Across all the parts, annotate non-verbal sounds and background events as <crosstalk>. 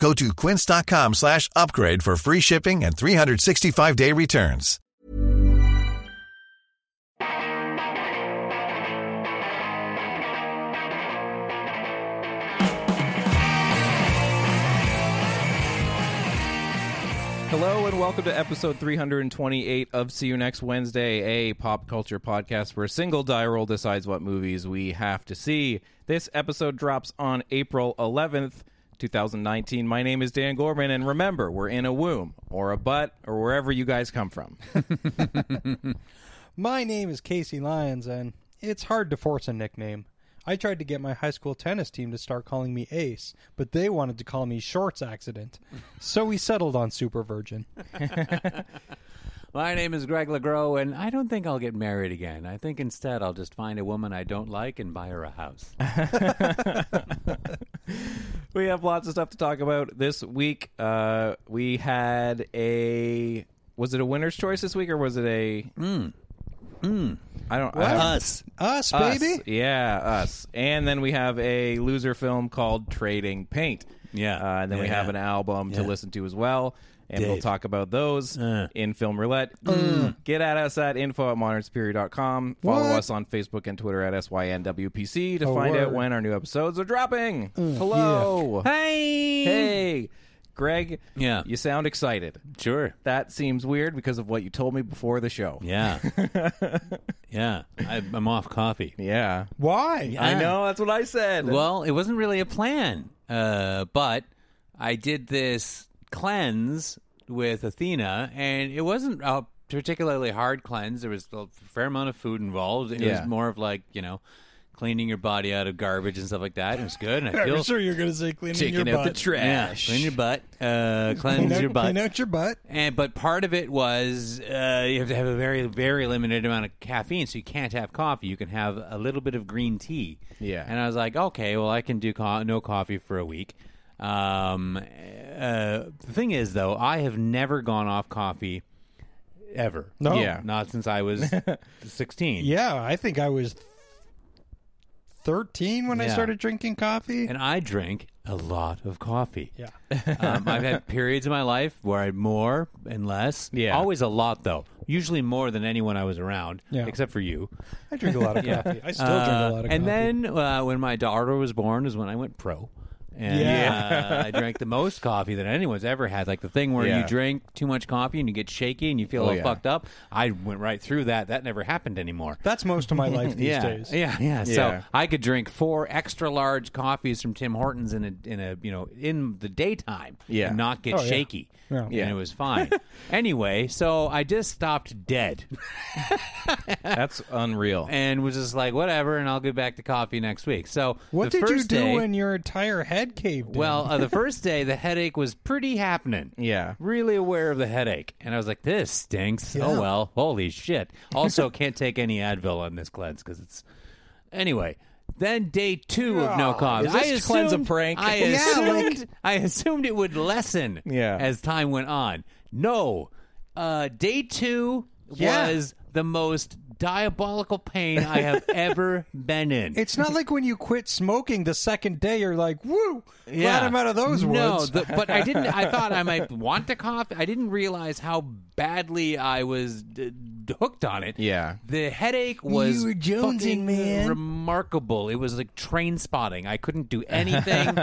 Go to quince.com slash upgrade for free shipping and 365-day returns. Hello and welcome to episode 328 of See You Next Wednesday, a pop culture podcast where a single die roll decides what movies we have to see. This episode drops on April 11th, 2019. My name is Dan Gorman, and remember, we're in a womb or a butt or wherever you guys come from. My name is Casey Lyons, and it's hard to force a nickname. I tried to get my high school tennis team to start calling me Ace, but they wanted to call me Shorts Accident. So we settled on Super Virgin. My name is Greg LeGros, and I don't think I'll get married again. I think instead I'll just find a woman I don't like and buy her a house. we have lots of stuff to talk about this week. Uh, we had a was it a winner's choice this week or was it a? I don't. I don't Us. Us, Us. baby! Yeah, us. And then we have a loser film called Trading Paint. Yeah. Uh, and then we Yeah. have an album to Yeah. listen to as well. And we'll Dave. talk about those Uh. Mm. in Film Roulette. Get at us at info at modernsuperior.com. Follow What? us on Facebook and Twitter at SYNWPC to Oh, A find out word. when our new episodes are dropping. Mm. Hello. Hey. Hey. Greg, Yeah. you sound excited. Sure. That seems weird because of what you told me before the show. Yeah. yeah. I, I'm off coffee. Yeah. Why? I know. That's what I said. Well, it wasn't really a plan, uh, but I did this cleanse with Athena, and it wasn't a particularly hard cleanse. There was a fair amount of food involved. It Yeah. was more of like you know, cleaning your body out of garbage and stuff like that. It was good, and I I'm feel sure you're going to say cleaning Taking your out butt. the trash. Yeah, clean your butt. Uh, Clean cleanse out- your butt. Clean out your butt. And but part of it was uh, you have to have a very very limited amount of caffeine, so you can't have coffee. You can have a little bit of green tea. Yeah. And I was like, okay, well I can do co- no coffee for a week. Um, uh, the thing is though, I have never gone off coffee ever. No. Yeah. Not since I was sixteen. Yeah, I think I was 13 when I Yeah. started drinking coffee. And I drink a lot of coffee. yeah. um, <laughs> I've had periods in my life where I had more and less. Yeah. Always a lot though. Usually more than anyone I was around, Yeah. except for you. I drink a <laughs> lot of coffee. I still drink a Uh, lot of coffee. and then uh, when my daughter was born is when I went pro. And Yeah. uh, I drank the most coffee that anyone's ever had. Like the thing where Yeah. you drink too much coffee and you get shaky and you feel Oh, all yeah. fucked up. I went right through that. That never happened anymore. That's most of my life these <laughs> yeah, days. yeah, yeah, Yeah. So I could drink four extra large coffees from Tim Hortons in a in a you know in the daytime. Yeah. and not get Oh, yeah. shaky. Yeah. Yeah. and it was <laughs> fine. anyway, so I just stopped dead That's unreal. and was just like whatever, and I'll get back to coffee next week. So What the did you first do day- when your entire head caved in? Well, <laughs> uh, the first day the headache was pretty happening. Yeah. really aware of the headache, and I was like, "This stinks." Oh well, holy shit. <laughs> Also, can't take any Advil on this cleanse because it's anyway. Then day two of no coffee. Oh, Is this I assumed, cleanse a prank? I Yeah, assumed, I assumed it would lessen Yeah. as time went on. No, uh, day two Yeah. was the most diabolical pain <laughs> I have ever been in. It's not like when you quit smoking the second day, you're like, woo, glad I'm out of those no, woods. the- but I didn't. I thought <laughs> I might want to cough. I didn't realize how badly I was d- d- hooked on it. Yeah. the headache was were jonesing, fucking man. remarkable. It was like train spotting. I <laughs> couldn't do anything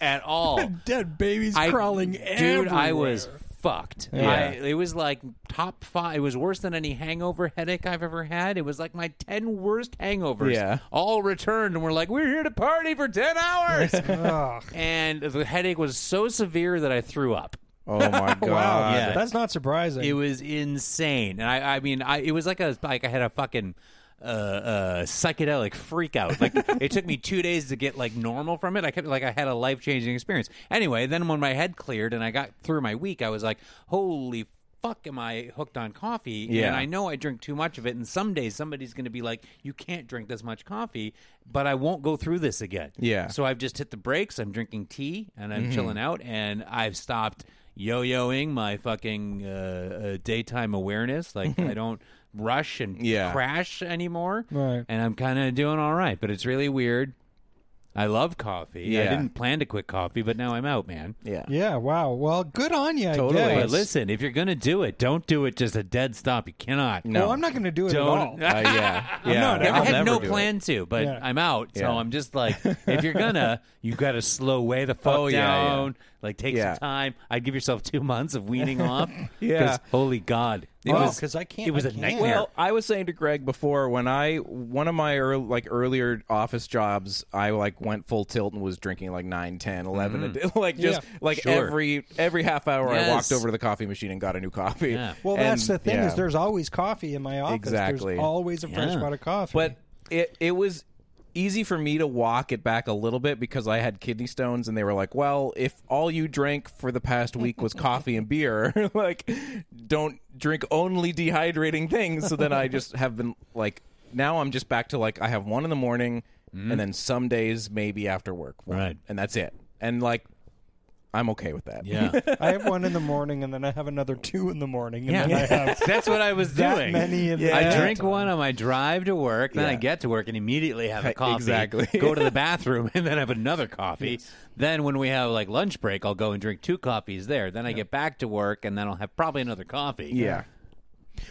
at all. <laughs> Dead babies I, crawling dude, I was fucked. Yeah. I, it was like top five. It was worse than any hangover headache I've ever had. It was like my ten worst hangovers. Yeah. all returned, and we're like, we're here to party for ten hours. and the headache was so severe that I threw up. <laughs> Oh my god! Wow, yeah. that's not surprising. It was insane, and I, I mean, I it was like a like I had a fucking uh, uh, psychedelic freak out. Like <laughs> it took me two days to get like normal from it. I kept like I had a life changing experience. Anyway, then when my head cleared and I got through my week, I was like, holy. Fuck, am I hooked on coffee? Yeah. And I know I drink too much of it, and some days somebody's going to be like, "You can't drink this much coffee," but I won't go through this again. Yeah. So I've just hit the brakes. I'm drinking tea and Mm-hmm. I'm chilling out, and I've stopped yo-yoing my fucking uh, uh, daytime awareness. <laughs> Like I don't rush and Yeah. crash anymore, Right. and I'm kind of doing all right. But it's really weird. I love coffee. I Yeah. didn't plan to quit coffee, but now I'm out, man. Yeah. yeah, wow. Well, good on you. Totally. I But guess. Yes. listen, if you're gonna do it, don't do it just a dead stop. You cannot. No. Well, I'm not going to do it Don't- at all. Uh, <laughs> yeah. Yeah. not I I'll had never no do it. plan to, but Yeah. I'm out, so Yeah. I'm <laughs> just like, if you're gonna, you gotta slow way the fuck Oh, yeah, yeah. down. Like take Yeah. some time. I'd give yourself two months of <laughs> weaning off. 'cause, Yeah. Oh. holy god, it Wow, was 'cause I can't- It was I a can't. nightmare. Well, I was saying to Greg before when I one of my earl like earlier office jobs, I like went full tilt and was drinking like 9, 10, 11 a day. <laughs> like just Yeah. like Sure. every every half hour I walked Yes. over to the coffee machine and got a new coffee. Yeah. Well, that's And- the thing yeah. is there's always coffee in my office. Exactly. There's always a fresh Yeah. pot of coffee. But it it was easy for me to walk it back a little bit because I had kidney stones and they were like, "Well, if all you drank for the past week was coffee and beer, <laughs> like don't drink only dehydrating things." So then I just have been like now I'm just back to like I have one in the morning and then some days maybe after work. one. Mm-hmm. Right. And that's it. And like I'm okay with that. yeah, I have one in the morning, and then I have another two in the morning, and Yeah. then I have <laughs> that's what I was that doing. many in Yeah. the I drink one on my drive to work, then I get to work and <laughs> immediately have a coffee. Exactly. <laughs> go to the bathroom and then have another coffee. Then when we have like lunch break, I'll go and drink two coffees there. Then I get back to work and then I'll have probably another coffee. <laughs> Yeah.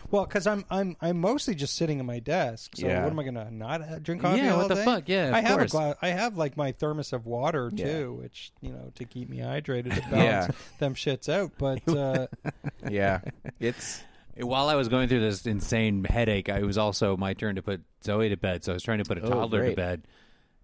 Well, because I'm I'm I'm mostly just sitting at my desk. So Yeah. what am I gonna not uh, drink coffee? Yeah, what all the day? fuck? Yeah, of I have course. a glass. I have like my thermos of water too, Yeah. which you know to keep me hydrated <laughs> to balance them shits out. But uh, <laughs> Yeah. It's While I was going through this insane headache, I- it was also my turn to put Zoe to bed. So I was trying to put a toddler to great. bed,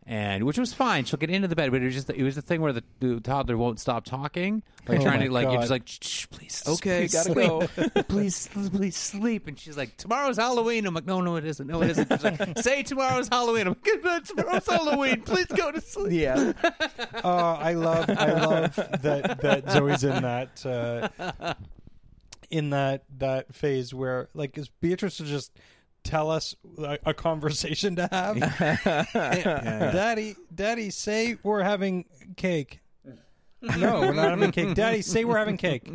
and which was fine. She'll get into the bed, but it was just it was the thing where the, the toddler won't stop talking, like Oh trying my to like God. you're just like "Shh, shh, please Okay, please gotta sleep. <laughs> please sl- please sleep, and she's like tomorrow's Halloween. I'm like no no it isn't no it isn't. She's like say tomorrow's Halloween. I'm like "Good, but tomorrow's Halloween. Please go to sleep. yeah. uh, I love I love that that Zoe's in that uh, in that that phase where like is Beatrice will just tell us a, a conversation to have. Daddy, Daddy, say we're having cake. No, we're not having cake. Daddy, say we're having cake.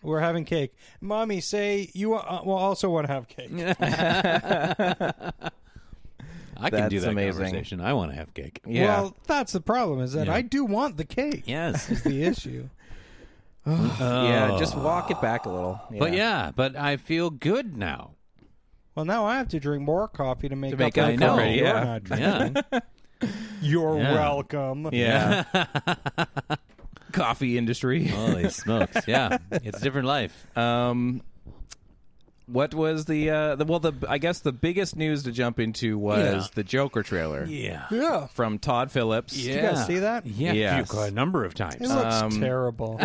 We're having cake. Mommy, say you uh, well also want to have cake. I can do That's that amazing. conversation. I want to have cake. Yeah. Well, that's the problem is that I do want the cake. Yes. Is the issue. yeah, just walk it back a little. Oh. But yeah, but I feel good now. Well, now I have to drink more coffee to make, To make up up for the for coffee it, you're yeah. <laughs> not drinking. Yeah. You're Yeah. welcome. Yeah. <laughs> Coffee industry. Holy smokes! Yeah, it's a different life. Um, what was the, uh, the well the I guess the biggest news to jump into was Yeah. the Joker trailer yeah, Yeah. from Todd Phillips. yeah. you guys see that? Yeah, Yes. you- a number of It times. looks Um, <laughs> terrible.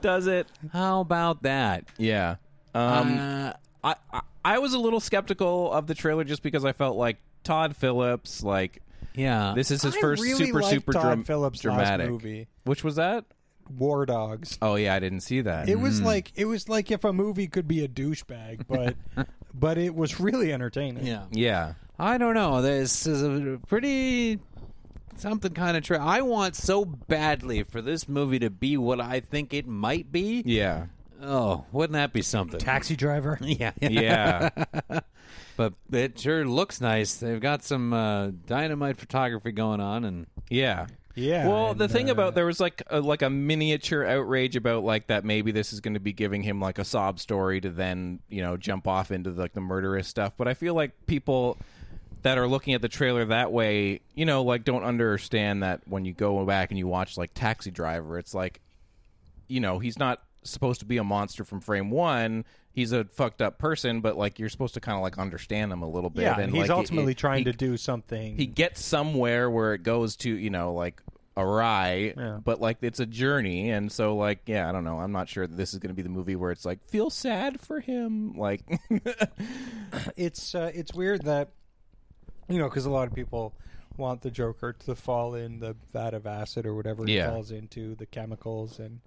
Does it? How about that? Yeah. Um, Uh, I, I I was a little skeptical of the trailer just because I felt like Todd Phillips like Yeah, this is his I first really super liked super Todd dram- Phillips' last dramatic movie. Which was that? War Dogs. Oh yeah, I didn't see that. It was like it was like if a movie could be a douchebag, <laughs> but but it was really entertaining. Yeah, yeah. I don't know. This is a pretty something kind of trip. I want so badly for this movie to be what I think it might be. <laughs> Yeah. Oh, wouldn't that be something? Taxi Driver. yeah, Yeah. But it sure looks nice. They've got some uh, dynamite photography going on, <laughs> and Yeah. Yeah, Well, the and, thing uh, about there was like a, like a miniature outrage about like that maybe this is going to be giving him like a sob story to then you know jump off into like the murderous stuff. But I feel like people that are looking at the trailer that way, you know, like don't understand that when you go back and you watch like Taxi Driver, it's like you know, he's not supposed to be a monster from frame one. He's a fucked up person, but like you're supposed to kind of like understand him a little bit. yeah, and he's like, ultimately he- trying he- to do something. he gets somewhere where it goes to you know like awry but like it's a journey and so like yeah i don't know i'm not sure that this is going to be the movie where it's like feel sad for him like <laughs> it's uh, it's weird that you know because a lot of people want the Joker to fall in the vat of acid or whatever he Yeah. falls into the chemicals and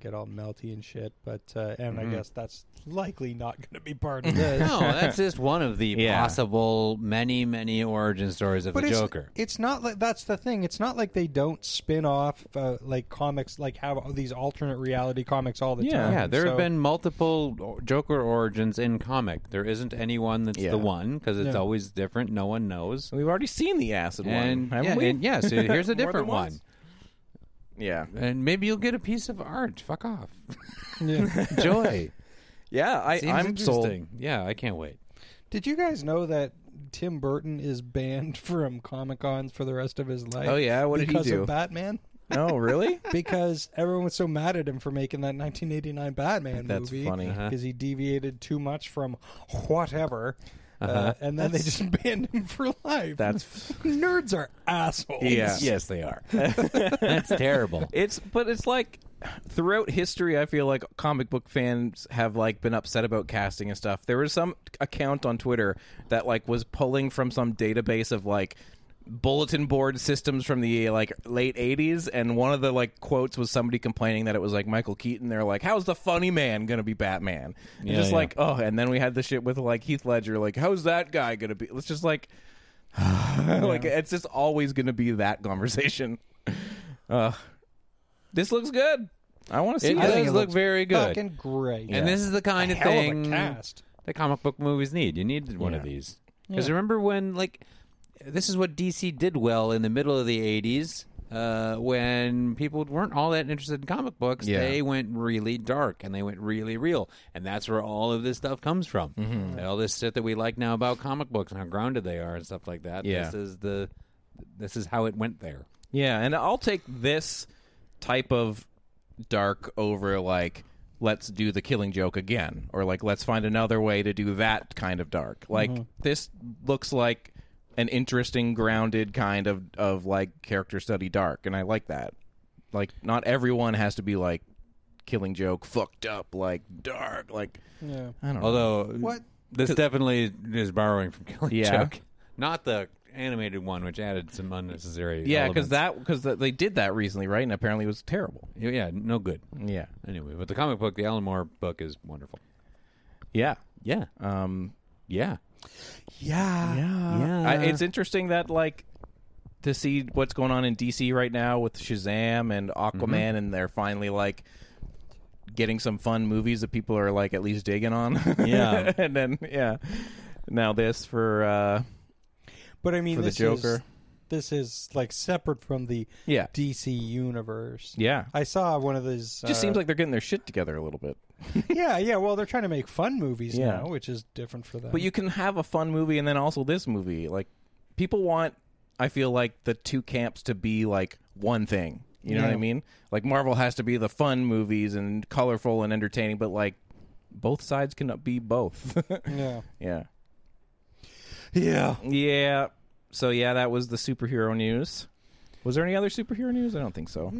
get all melty and shit. But uh, and I guess that's likely not going to be <laughs> part of this. Mm-hmm. No, that's just one of the Yeah. possible many, many origin stories of But the it's, Joker. it's not like that's the thing. It's not like they don't spin off uh, like comics, like have all these alternate reality comics all the Yeah. time. Yeah, there So- have been multiple o- Joker origins in comic. There isn't any one that's Yeah. the one because it's always different. No one knows. we've already seen the acid And one yeah, haven't we? <laughs> and yeah, so here's a More than different one. once? yeah And maybe you'll get a piece of art. <laughs> Fuck off. Yeah. Joy. yeah i Seems i'm sold interesting. Yeah, I can't wait. Did you guys know that Tim Burton is banned <laughs> from Comic Cons for the rest of his life? Oh, yeah? What did he because do? Of <laughs> Batman. no <laughs> really because everyone was so mad at him for making that 1989 Batman That's movie. funny. Uh-huh. because he deviated too much from whatever, uh Uh-huh. and then they just <laughs> banned him for life. that's <laughs> nerds are assholes. Yeah. Yes, they are. <laughs> that's terrible. It's but it's like throughout history I feel like comic book fans have like been upset about casting and stuff. There was some account on Twitter that like was pulling from some database of like bulletin board systems from the like late 80s and one of the like quotes was somebody complaining that it was like Michael Keaton they're like how's the funny man going to be Batman and Yeah, just yeah. like oh and then we had the shit with like Heath Ledger like how's that guy going to be it's just like <sighs> like it's just always going to be that conversation uh, this looks good. I want to see It this. does look very good. Fucking great. And this is the kind of Hell thing of a cast. that comic book movies need. You need one of these. Because remember when, like, this is what DC did well in the middle of the 80s. Uh, when people weren't all that interested in comic books, Yeah. they went really dark and they went really real, and that's where all of this stuff comes from. Mm-hmm. All this shit that we like now about comic books and how grounded they are and stuff like that. Yeah. This is the, this is how it went there. Yeah, and I'll take this type of dark over like let's do the killing joke again or like let's find another way to do that kind of dark. Like this looks like an interesting grounded kind of of like character study dark and I like that. Like not everyone has to be like killing joke fucked up like dark like Yeah. I don't know. Although What? this definitely is borrowing from Killing Yeah. Joke, not the animated one, which added some unnecessary. Yeah, because elements. that because they did that recently, right? And apparently it was terrible. Yeah, no good. Yeah, Anyway, but the comic book, the Alan Moore book, is wonderful. yeah. Yeah, Um, yeah, Yeah. yeah. I, it's interesting that like to see what's going on in DC right now with Shazam and Aquaman, Mm-hmm. and they're finally like getting some fun movies that people are like at least digging on. Yeah. <laughs> and then yeah, now this for uh, But I mean, For the this Is, Joker. this is like separate from the Yeah. DC universe. yeah. I saw one of these. it just uh, seems like they're getting their shit together a little bit. yeah, yeah. Well, they're trying to make fun movies Yeah. now, which is different for them. But you can have a fun movie and then also this movie. Like people want I feel like the two camps to be like one thing. You know what I mean? Like Marvel has to be the fun movies and colorful and entertaining, but like both sides can be both. <laughs> yeah, yeah. yeah. Yeah. So yeah, that was the superhero news. Was there any other superhero news? I don't think so.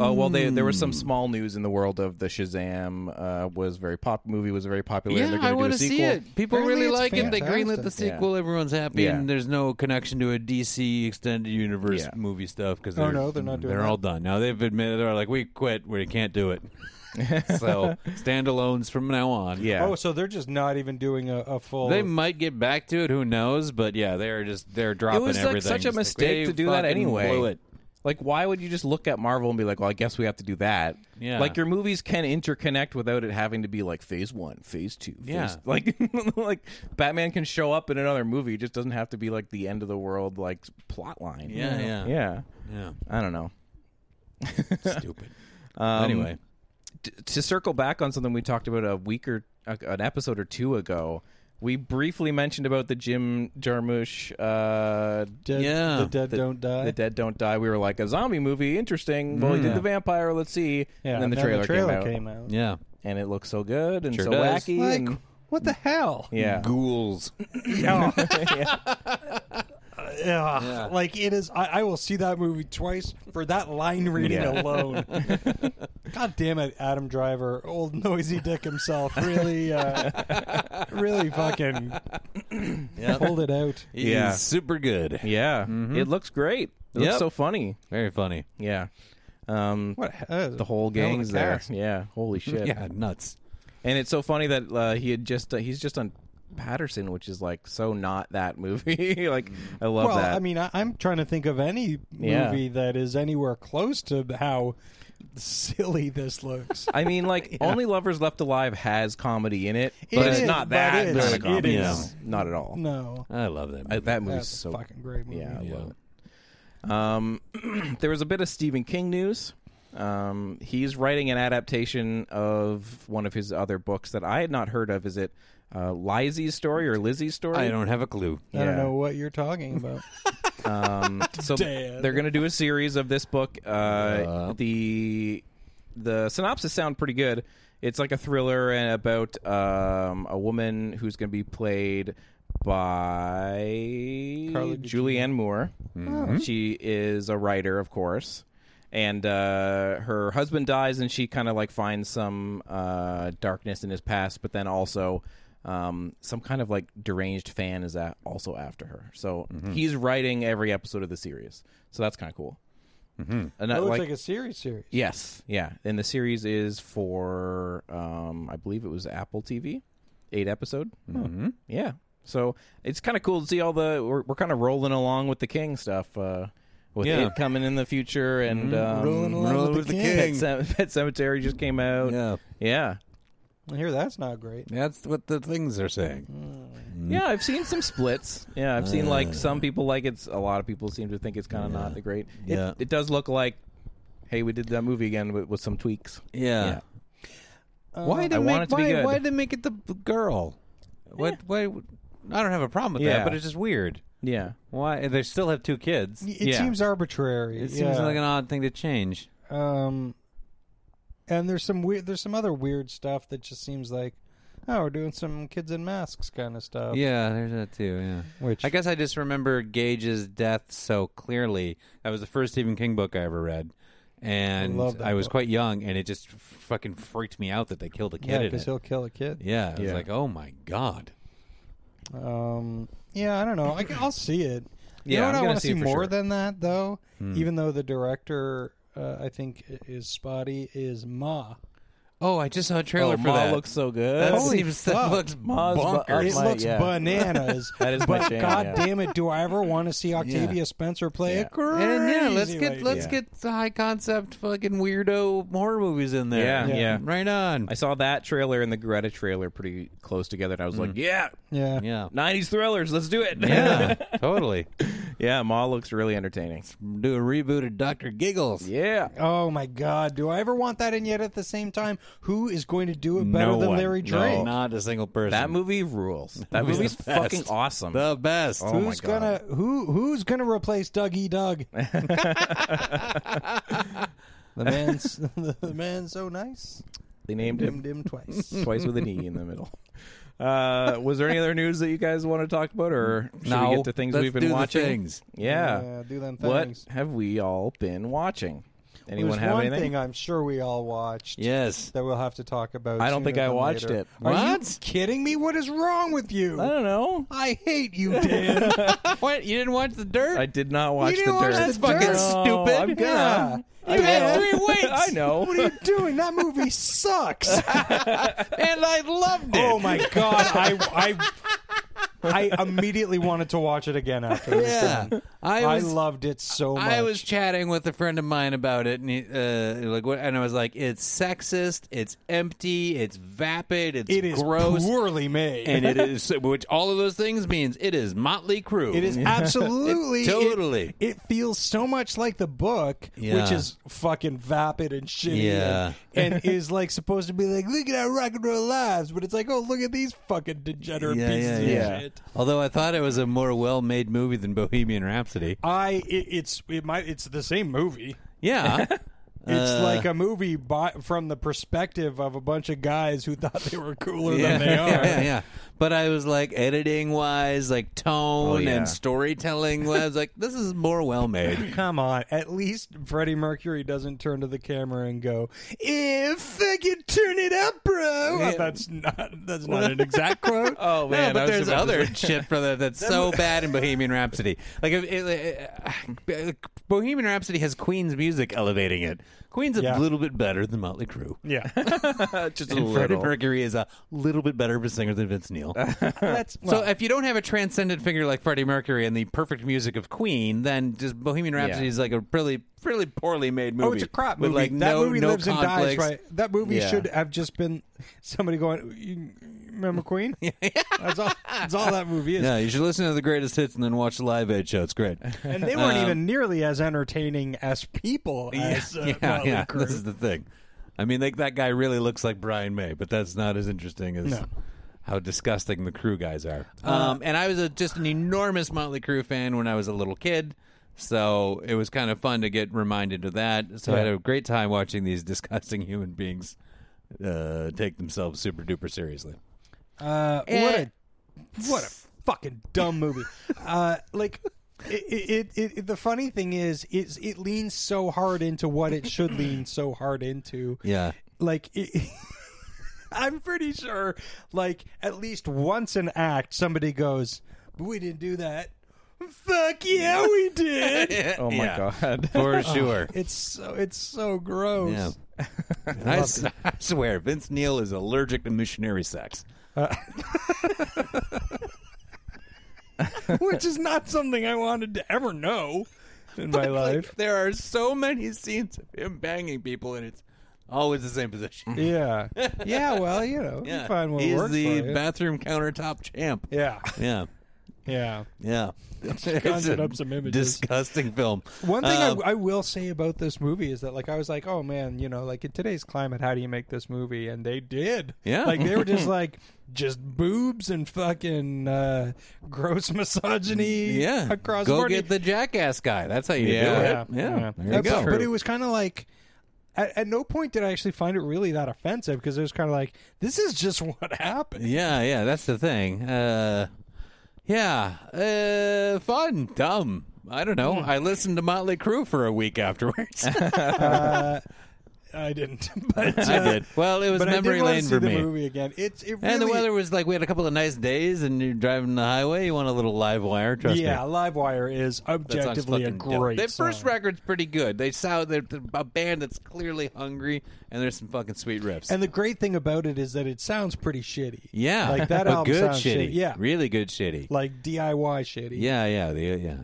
Oh well, they, there was some small news in the world of the Shazam uh, was very pop movie was very popular. and they're I gonna want do to a sequel. see it. People Apparently really it's like it. They greenlit the fantastic. sequel. Everyone's happy, Yeah. and there's no connection to a DC extended universe Yeah. movie stuff because Oh, no, they're not doing They're that. all done now. They've admitted they're like, we quit. We can't <laughs> do it. so standalones from now on. Yeah. Oh, so they're just not even doing a, a full. They might get back to it. Who knows? But yeah, they're just they're dropping. was, like, everything. such a It's mistake they to do that fucking anyway. blew it. Like, why would you just look at Marvel and be like, "Well, I guess we have to do that"? Yeah. Like, your movies can interconnect without it having to be like Phase One, Phase Two. Phase Yeah. <laughs> Like, like Batman can show up in another movie. It just doesn't have to be like the end of the world like plot line. Yeah, yeah. yeah. Yeah, I don't know. stupid. Um, anyway, uh, T- to circle back on something we talked about a week or a, an episode or two ago, We briefly mentioned about the Jim Jarmusch, uh, Dead, Yeah. The dead the- don't die. The Dead Don't Die. We were like a zombie movie, interesting. Well, he did the vampire. Let's see. Hmm. yeah, and then the trailer, trailer came, out, out. Yeah. and it looks so good and Sure so does. wacky. Like, and, what the hell? yeah, <laughs> Ghouls. Ugh, Like it is. I, I will see that movie twice for that line reading Yeah. <laughs> alone. God damn it, Adam Driver, old noisy dick himself, really, uh, really fucking pulled it out. Yeah. super good. yeah. Mm-hmm. It looks great. It looks Yep. so funny. Very funny. Yeah. Um, What uh, the whole hell of a gang's there. cast. Yeah. <laughs> Holy shit. Yeah, nuts. And it's so funny that uh, he had just uh, he's just on Patterson, which is like so not that movie. <laughs> like I love Well, that. I mean, I, I'm trying to think of any Yeah. movie that is anywhere close to how silly this looks. <laughs> I mean, <laughs> like Only Lovers Left Alive has comedy in it, It but is, it's not but that it good is. a comedy. It No, is. not at all. No, I love that. I- Movie. that movie's that's so a fucking great movie. yeah, I love it. Um, <clears throat> there was a bit of Stephen King news. Um, he's writing an adaptation of one of his other books that I had not heard of. Is it uh, Lizzie's story or Lizzie's story? I don't have a clue. I don't Yeah. know what you're <laughs> talking about. So Dan. they're going to do a series of this book. Uh, The the synopsis sound pretty good. It's like a thriller and about um, a woman who's going to be played by Julianne Moore. She is a writer, of course. And uh, her husband dies, and she kind of like finds some uh, darkness in his past, but then also um, some kind of like deranged fan is a also after her. So he's writing every episode of the series. So that's kind of cool. And It that, looks like, like, a series series. yes, yeah. And the series is for, um, I believe it was Apple TV, eight episode. Mm-hmm. Yeah. So it's kind of cool to see all the. We're, we're kind of rolling along with the King stuff. Uh, with Yeah. it coming in the future and um, Rolling along Roll with, with the, the king. king. Pet, Cem- Pet Cemetery just came out. Yeah, Yeah. I hear that's not great. that's what the things are saying. Mm-hmm. Yeah, I've seen some splits. Yeah, I've seen like some people like it's. A lot of people seem to think it's kind of not the great. It, Uh. Yeah. it does look like, hey, we did that movie again with, with some tweaks. Yeah. Uh, why did I they want make, it to be why, good. why did they make it the b- girl? What? Why? I don't have a problem with Yeah. that, but it's just weird. Yeah, Why they still have two kids? It Yeah. seems arbitrary. It seems yeah. like an odd thing to change. um, and there's some weird. There's some other weird stuff that just seems like, oh, we're doing some kids in masks kind of stuff. Yeah, there's that too. Yeah, Which- I guess I just remember Gage's death so clearly. That was the first Stephen King book I ever read, and love that I, was book. quite young, and it just f- fucking freaked me out that they killed a kid. yeah, in because it. he'll kill a kid. yeah, I was Yeah. like, oh my god. Um, yeah, I don't know. I, will see it. You Yeah, know I'm what I gonna want to see see it for more sure. Hmm. than that, though. Even though the director, uh, I think, i- is spotty, is Ma. Oh, I just saw a trailer oh, for Ma that. looks so good. that Holy seems fuck. that looks Ma's bu- bonkers. It my- looks yeah. bananas. <laughs> That is my but jam, God yeah. damn it, do I ever want to see Octavia Spencer play a crazy And yeah, let's get lady. let's Yeah. get the high concept fucking weirdo horror movies in there. Yeah, Yeah. yeah. right on. I saw that trailer and the Greta trailer pretty close together, and I was like, yeah, Yeah. <laughs> yeah, '90s thrillers, let's do it. yeah, totally. <laughs> yeah. Ma looks really entertaining. Do a reboot of Doctor Giggles. Yeah. Oh my God! Do I ever want that? And yet, at the same time, who is going to do it better no than one. Larry No, Drake? not a single person. That movie rules. That movie's movie's the best. fucking awesome. the best. Oh my who's gonna who Who's gonna replace Dougie <laughs> Doug? <laughs> the man's <laughs> the man's so nice. they named him <laughs> Dimmed him twice. twice with an E in the middle. Uh, was there any other news that you guys want to talk about, or should No. we get to things Let's we've been do the watching? things. Yeah. Yeah, do them What things. have we all been watching? Anyone There's have one anything? thing I'm sure we all watched. Yes. That we'll have to talk about. I don't sooner think I than watched later. it. Are you What? kidding me? What is wrong with <laughs> you? I don't know. I hate you, <laughs> Dan. what? You didn't watch The Dirt? I did not watch didn't the watch dirt. The That's fucking Dirt? stupid. I'm gonna. Yeah. I You had know. three weeks. I know. what are you doing? <laughs> That movie sucks. <laughs> and I loved it. oh my god! I I I <laughs> immediately wanted to watch it again after this. Yeah. I I, was- loved it so much. I was chatting with a friend of mine about it, and he, uh, like, what? And I was like, "It's sexist. It's empty. It's vapid. It's it is gross. poorly made. <laughs> and it is which all of those things means it is motley <laughs> crew. It is absolutely It- totally. It, it feels so much like the book, which Yeah. is fucking vapid and shitty, Yeah. and, <laughs> and is like supposed to be like, look at our rock and roll lives, but it's like, oh, look at these fucking degenerate yeah, yeah, pieces yeah. of shit. Although I thought it was a more well-made movie than Bohemian Rhapsody. I it, it's it might it's the same movie. <laughs> Yeah, It's Uh, like a movie by, from the perspective of a bunch of guys who <laughs> thought they were cooler yeah, than they are. yeah, <laughs> yeah, yeah. But I was like, editing-wise, like tone Oh, yeah. and storytelling-wise, I was like this is more well-made. Come on, at least Freddie Mercury doesn't turn to the camera and go, <laughs> "If I could turn it up, bro." Yeah. That's not that's not an exact <laughs> quote. Oh man, no, I but was there's about to other say- shit for <laughs> that that's so bad in Bohemian Rhapsody. Like if it, uh, Bohemian Rhapsody has Queen's music elevating it. Queen's a Yeah. little bit better than Motley Crue. yeah, just And Freddie Mercury is a little bit better of a singer than <laughs> Vince Neil. that's <laughs> so if you don't have a transcendent figure like Freddie Mercury and the perfect music of Queen, then just Bohemian Rhapsody Yeah. is like a really, really poorly made movie. Oh, it's a crap with, movie. Like that no, movie no lives conflicts. and dies. Right. That movie Yeah. should have just been somebody going, you <laughs> "Remember Queen?" that's all. That's all that movie is. Yeah, you should listen to the greatest hits and then watch the Live Aid show. It's <laughs> great. And they weren't even nearly as entertaining as people as uh, Um, yeah, Motley yeah. <laughs> Crue. This is the thing. I mean, like that guy really looks like Brian May, but that's not as interesting as No. Uh, how disgusting the crew guys are. um, and I was a, just an enormous Motley Crue fan when I was a little kid, so it was kind of fun to get reminded of that. So I had a great time watching these <laughs> disgusting human beings uh, take themselves super duper seriously. Uh, what a what a fucking dumb movie. uh, like <laughs> it, it, it, the funny thing is, is it leans so hard into what it should lean so hard into. Yeah. Like. <laughs> It, I'm pretty sure, like at least once an act, somebody goes, "But "We didn't do that." Fuck yeah, we <laughs> did. Oh my Yeah. god. <laughs> Oh. For sure. it's so it's so gross. Yeah. <laughs> And I, s- <laughs> I swear, Vince Neil is allergic to missionary sex. <laughs> which is not something I wanted to ever know in my Like, life. there are so many scenes of him banging people, and it's always the same position. Yeah, yeah. Well, you know, you find what he's works the for you. bathroom countertop champ. yeah, yeah, yeah. yeah. conjured <laughs> It's a up some images. Disgusting film. One thing Um, I, I will say about this movie is that, like, I was like, oh man, you know, like in today's climate, how do you make this movie? And they did. Yeah. Like, they were just <laughs> like, just boobs and fucking uh, gross <laughs> misogyny yeah, across the go board. get the jackass guy. That's how you Yeah. do it. Yeah, Yeah. there you That's go. But it was kind of like. At, at no point did I actually find it really that offensive because it was kind of like this is just <laughs> what happened. Yeah, yeah, that's the thing. Uh, yeah, uh, fun, dumb. I don't know. Hmm. I listened to Motley Crue for a week afterwards. <laughs> I didn't, <laughs> but I uh, did. Well, it was but memory I did wanna lane see for the me. movie again. It's it really, And the weather was like we had a couple of nice days, and you're driving the highway. You want a little live wire, trust Yeah, me. Livewire is That song's objectively a fucking dope. great. Their first song. record's pretty good. They sound they're they're a band that's clearly hungry, and there's some fucking sweet riffs. And the great thing about it is that it sounds pretty shitty. <laughs> yeah, like that But album good sounds shitty. shitty. Yeah, really good shitty. like DIY shitty. yeah, yeah, the, yeah, yeah.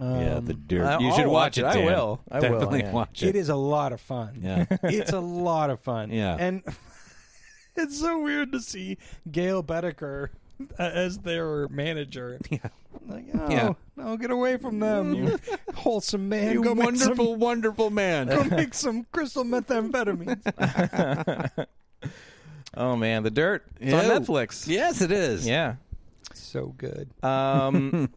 yeah, the dirt. I- you I'll should watch watch it. it. I Dan. will. I will, Definitely yeah. watch Um, it it. is a lot of fun. Yeah. <laughs> it's a lot of fun. Yeah. and <laughs> it's so weird to see Gail Bedecker uh, as their manager. Yeah. Like, oh, Yeah. no, get away from them, <laughs> you wholesome man. You Go make some- wonderful, <laughs> wonderful go <laughs> man. make some crystal <laughs> methamphetamines. Oh man, the dirt. It's on Ew. Netflix. yes, it is. Yeah. so good. <laughs> Um,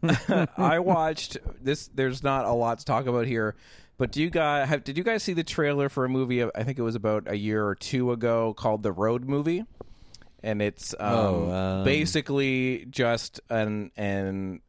I watched this. There's not a lot to talk about here, but do you guys have? Did you guys see the trailer for a movie? I think it was about a year or two ago called The Road Movie, and it's um, Oh, um, basically just an an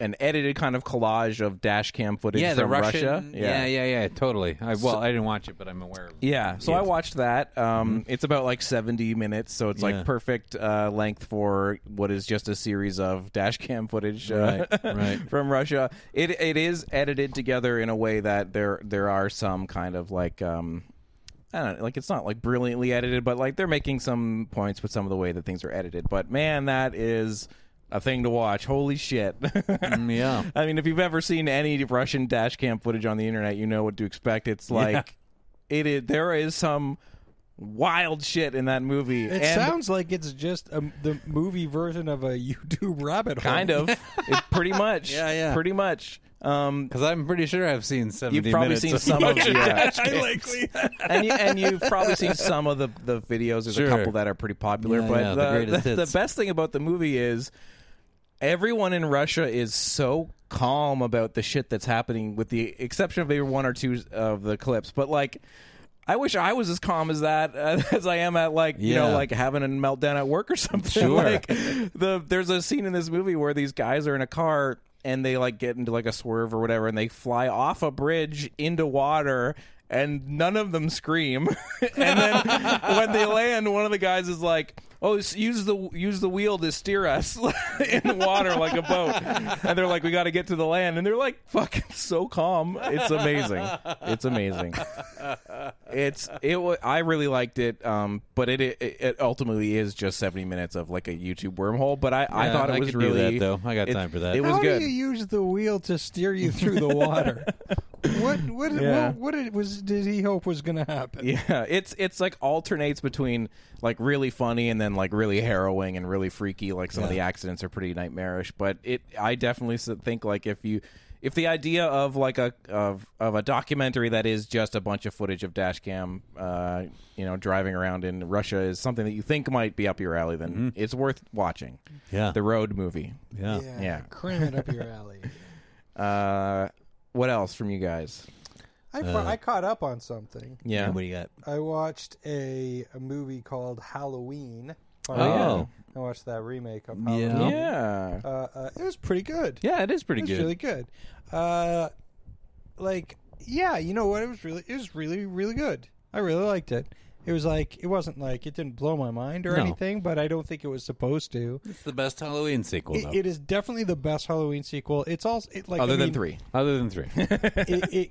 an edited kind of collage of dash cam footage Yeah, the from Russian. Russia. Yeah, yeah, yeah, totally. I, well, I didn't watch it, but I'm aware of it. Yeah, so I watched that. Um, It's about like 70 minutes, so it's Mm-hmm. Yeah. like perfect uh, length for what is just a series of dash cam footage uh, <laughs> Right, right. from Russia. It it is edited together in a way that there there are some kind of like um, I don't know, like it's not like brilliantly edited, but like they're making some points with some of the way that things are edited. But man, that is a thing to watch. Holy shit. Mm, yeah. <laughs> I mean, if you've ever seen any Russian dash cam footage on the internet, you know what to expect. It's like it is there is some wild shit in that movie. It and sounds like it's just a, the movie version of a <laughs> YouTube rabbit hole. kind of it, <laughs> pretty much. Yeah, yeah. Pretty much. Um Because I'm pretty sure I've seen 70 You've probably minutes seen of some of motion yeah. <laughs> dash cams. <laughs> and, you, and you've probably seen some of the, the videos. There's Sure. a couple that are pretty popular. Yeah, but yeah, the the, greatest the, hits. the best thing about the movie is everyone in Russia is so calm about the shit that's happening, with the exception of maybe one or two of the clips. But like. I wish I was as calm as that <laughs> uh, as I am at like you know Yeah. like having a meltdown at work or <laughs> something. Sure. Like the there's a scene in this movie where these guys are in a car and they like get into like a swerve or whatever and they fly off a bridge into water and none of them scream. <laughs> and then when they land, one of the guys is like, "Oh, s- use the use the wheel to steer us <laughs> in the water like a boat." And they're like, "We got to get to the land." And they're like, "Fucking so calm. It's amazing. It's amazing." it's it wa- I really liked it um but it, it it ultimately is just 70 minutes of like a YouTube wormhole but I I Yeah, thought it I was could do that, really though. I got it- time for that. it was How good do you use the wheel to steer you through the <laughs> water? what what, Yeah. what what it was did he hope was going to happen? yeah it's it's like alternates between like really funny and then like really harrowing and really freaky like some of the accidents are pretty nightmarish but it I definitely s- think like if you if the idea of like a of of a documentary that is just a bunch of footage of dash cam uh you know driving around in Russia is something that you think might be up your alley then it's worth watching Mm-hmm. Yeah. the road movie yeah. Yeah. <laughs> Cram it up your alley. Uh, what else from you guys? I, I caught up on something. Yeah. What do you got? I watched a, a movie called Halloween. Oh. I watched that remake of Yeah. Halloween. Yeah. Uh, uh, it was pretty good. Yeah, it is pretty it was good. really good. Uh, like, yeah, you know what? It was really, it was really, really good. I really liked it. It was like, it wasn't like it didn't blow my mind or No. anything, but I don't think it was supposed to. It's the best Halloween sequel, It, though. it is definitely the best Halloween sequel. It's also it, like Other I than mean, three. Other than <laughs> three. it, it,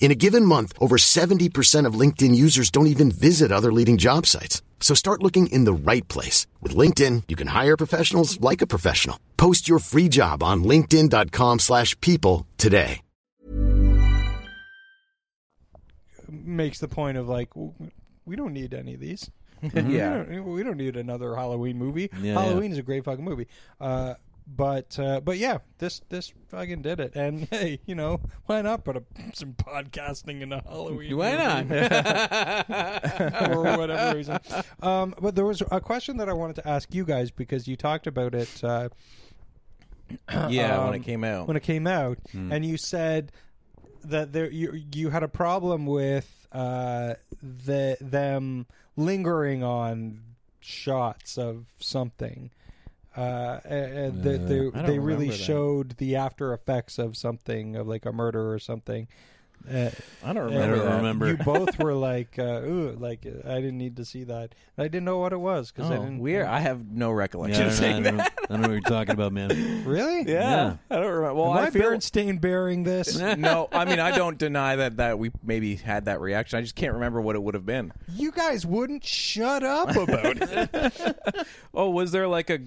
In a given month, over 70% of LinkedIn users don't even visit other leading job sites. So start looking in the right place. With LinkedIn, you can hire professionals like a professional. Post your free job on linkedin.com/people slash people today. makes the point of like w- we don't need any of these. Yeah. we don't, we don't need another Halloween movie. yeah. Halloween is a great fucking movie. Uh, but uh, but yeah, this this fucking did it. And <laughs> hey, you know why not put a, some podcasting in a Halloween? Why <laughs> not? <laughs> for whatever reason. Um, but there was a question that I wanted to ask you guys because you talked about it uh, Yeah, when um, it came out. when it came out, and you said that there you you had a problem with uh, the them lingering on shots of something. Uh, uh, uh, that they they really showed the after effects of something of like a murder or something. Uh, I don't and remember that. remember. You both <laughs> were like, uh, "Ooh, like uh, I didn't need to see that." And I didn't know what it was because I Oh, didn't. weird. I have no Yeah, I, recollection of don't know, I, saying don't that. know, I don't know what you're talking <laughs> about, man. Really? Yeah, Yeah. I don't remember. Well, Am I, I feel. Berenstain bearing this? no, I mean I don't deny that that we maybe had that reaction. I just can't remember what it would have been. you guys wouldn't shut up about it. Oh, was there like a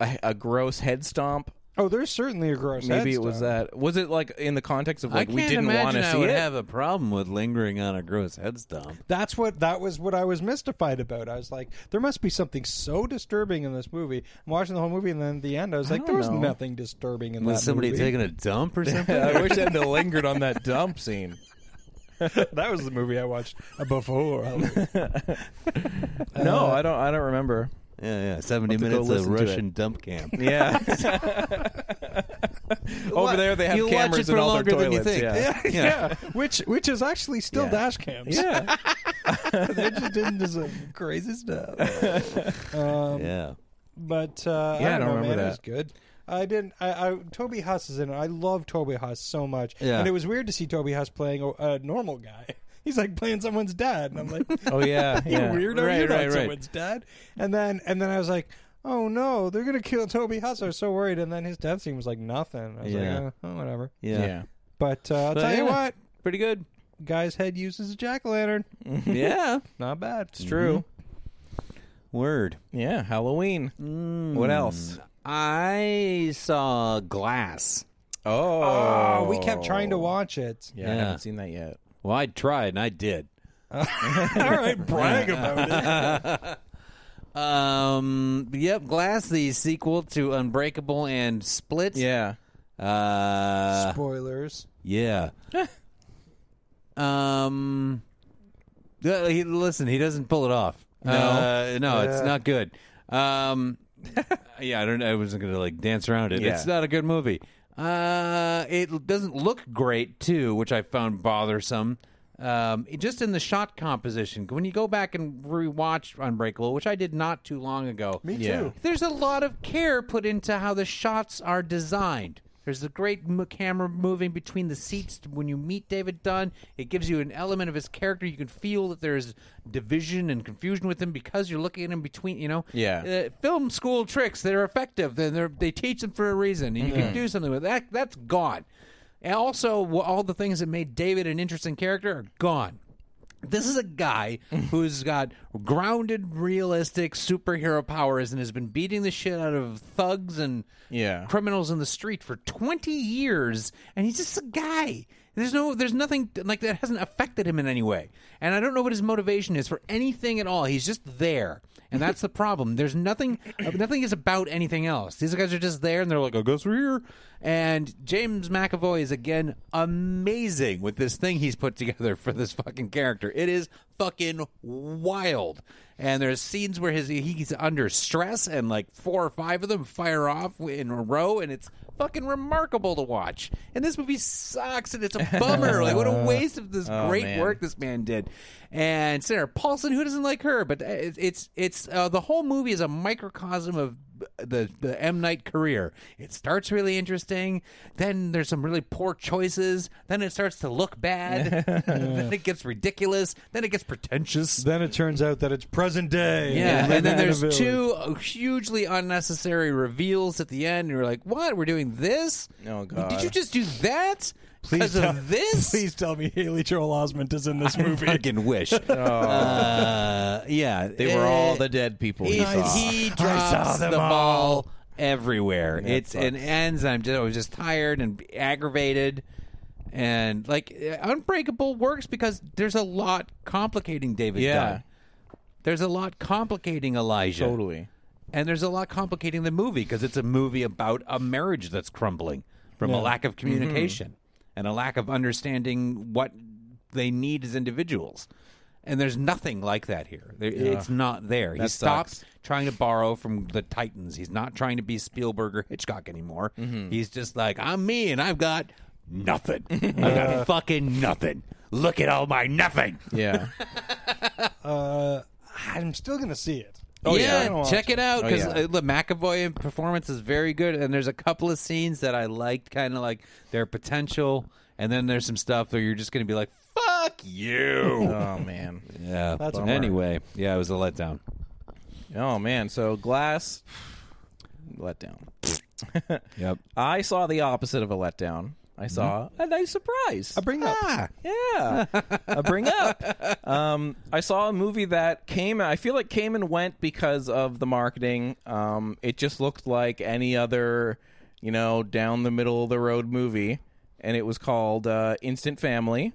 a, a gross head stomp? Oh, there's certainly a gross. Maybe head it was stomp. that. Was it like in the context of I like can't we didn't want imagine to I see would it? have a problem with lingering on a gross head stomp. That's what that was. What I was mystified about. I was like, there must be something so disturbing in this movie. I'm watching the whole movie, and then at the end, I was like, there was nothing disturbing in Was that somebody movie. <laughs> taking a dump or something? I wish I'd have lingered on that dump scene. that was the movie I watched before. <laughs> no, I don't. I don't remember. Yeah, yeah. Seventy to go minutes of listen to Russian it. dump camp. <laughs> Yeah. Over What? there, they have You'll watch it cameras for in all their longer than you toilets. think. Yeah. yeah. which which is actually still Yeah. dash cams. yeah. <laughs> they just did into some crazy stuff. Um, Yeah. But uh, Yeah, I I don't, don't know, remember man, It that. was good. I didn't. I, I Toby Huss is in it. I love Toby Huss so much, Yeah. and it was weird to see Toby Huss playing a, a normal guy. <laughs> He's like playing someone's dad, and I'm <laughs> like, Oh yeah. you yeah. weirdo, Right, right, you're not right. someone's dad. And then and then I was like, oh no, they're gonna kill Toby Huss. I was so worried. And then his death scene was like nothing. I was Yeah. like, oh, oh, whatever. Yeah. But uh, I'll But tell you yeah. what, Pretty good. guy's head uses a jack o' lantern. <laughs> yeah. Not bad. It's true. Word. Yeah. Halloween. What else? I saw Glass. Oh. Oh, we kept trying to watch it. Yeah, I Yeah. haven't seen that yet. Well, I tried and I did. <laughs> All right, brag about it. <laughs> Um. Yep. Glass, the sequel to Unbreakable and Split. Yeah. Uh. Spoilers. yeah. <laughs> um. uh, He, listen, he doesn't pull it off. No. Uh, no, it's not good. Um. <laughs> yeah, I don't. I wasn't gonna like dance around it. Yeah. It's not a good movie. Uh, it doesn't look great too, which I found bothersome. Um, it- just in the shot composition. When you go back and rewatch Unbreakable, which I did not too long ago, me too. There's a lot of care put into how the shots are designed. There's a great m- camera moving between the seats when you meet David Dunn. It gives you an element of his character. You can feel that there's division and confusion with him because you're looking at him between. You know, Yeah. uh, film school tricks that are effective. Then they're, they teach them for a reason, and you can do something with that. That's gone. And also, wh- all the things that made David an interesting character are gone. This is a guy who's got grounded, realistic superhero powers and has been beating the shit out of thugs and Yeah. criminals in the street for 20 years and he's just a guy there's no there's nothing like that hasn't affected him in any way and i don't know what his motivation is for anything at all he's just there and that's the problem there's nothing nothing is about anything else these guys are just there and they're like i guess we're here and james mcavoy is again amazing with this thing he's put together for this fucking character it is fucking wild. And there's scenes where his he's under stress, and like four or five of them fire off in a row, and it's fucking remarkable to watch. And this movie sucks, and it's a bummer. like what a waste of this great man. work this man did. And Sarah Paulson, who doesn't like her, but uh, it- it's it's uh, the whole movie is a microcosm of the the M Night career. It starts really interesting, then there's some really poor choices, then it starts to look bad, <laughs> then it gets ridiculous, then it gets pretentious. Mm-hmm. Then it turns out that it's present day. <laughs> Yeah, They live and then in a there's village. two hugely unnecessary reveals at the end. And you're like, "What? We're doing this? Oh, God. Did you just do that? Because tell- of this? <laughs> <laughs> Please tell me Haley Joel Osment is in this <laughs> movie. fucking wish. <laughs> Uh, yeah, They were Uh, all the dead people we He, saw. he I saw drops them the all. ball everywhere. it's sucks. and ends. I'm just I was just tired and aggravated, and like uh, Unbreakable works because there's a lot complicating David. Yeah. Dunn. There's a lot complicating Elijah. Totally. And there's a lot complicating the movie because it's a movie about a marriage that's crumbling from a lack of communication and a lack of understanding what they need as individuals. And there's nothing like that here. There, It's not there. He stopped sucks. trying to borrow from the Titans. He's not trying to be Spielberg or Hitchcock anymore. He's just like, I'm me and I've got nothing. I've got fucking nothing. Look at all my nothing. Yeah. Uh, I'm still gonna see it. yeah, check it out Oh, because yeah. the McAvoy performance is very good, and there's a couple of scenes that I liked, kind of like their potential, and then there's some stuff where you're just going to be like, "Fuck you." <laughs> oh man. yeah. That's a anyway. Yeah, it was a letdown. Oh man. So glass letdown. Yep. I saw the opposite of a letdown. I saw a nice surprise. A Bring up. Yeah, a bring up. Um, I saw a movie that came. I feel like came and went because of the marketing. Um, it just looked like any other, you know, down the middle of the road movie, and it was called uh, Instant Family.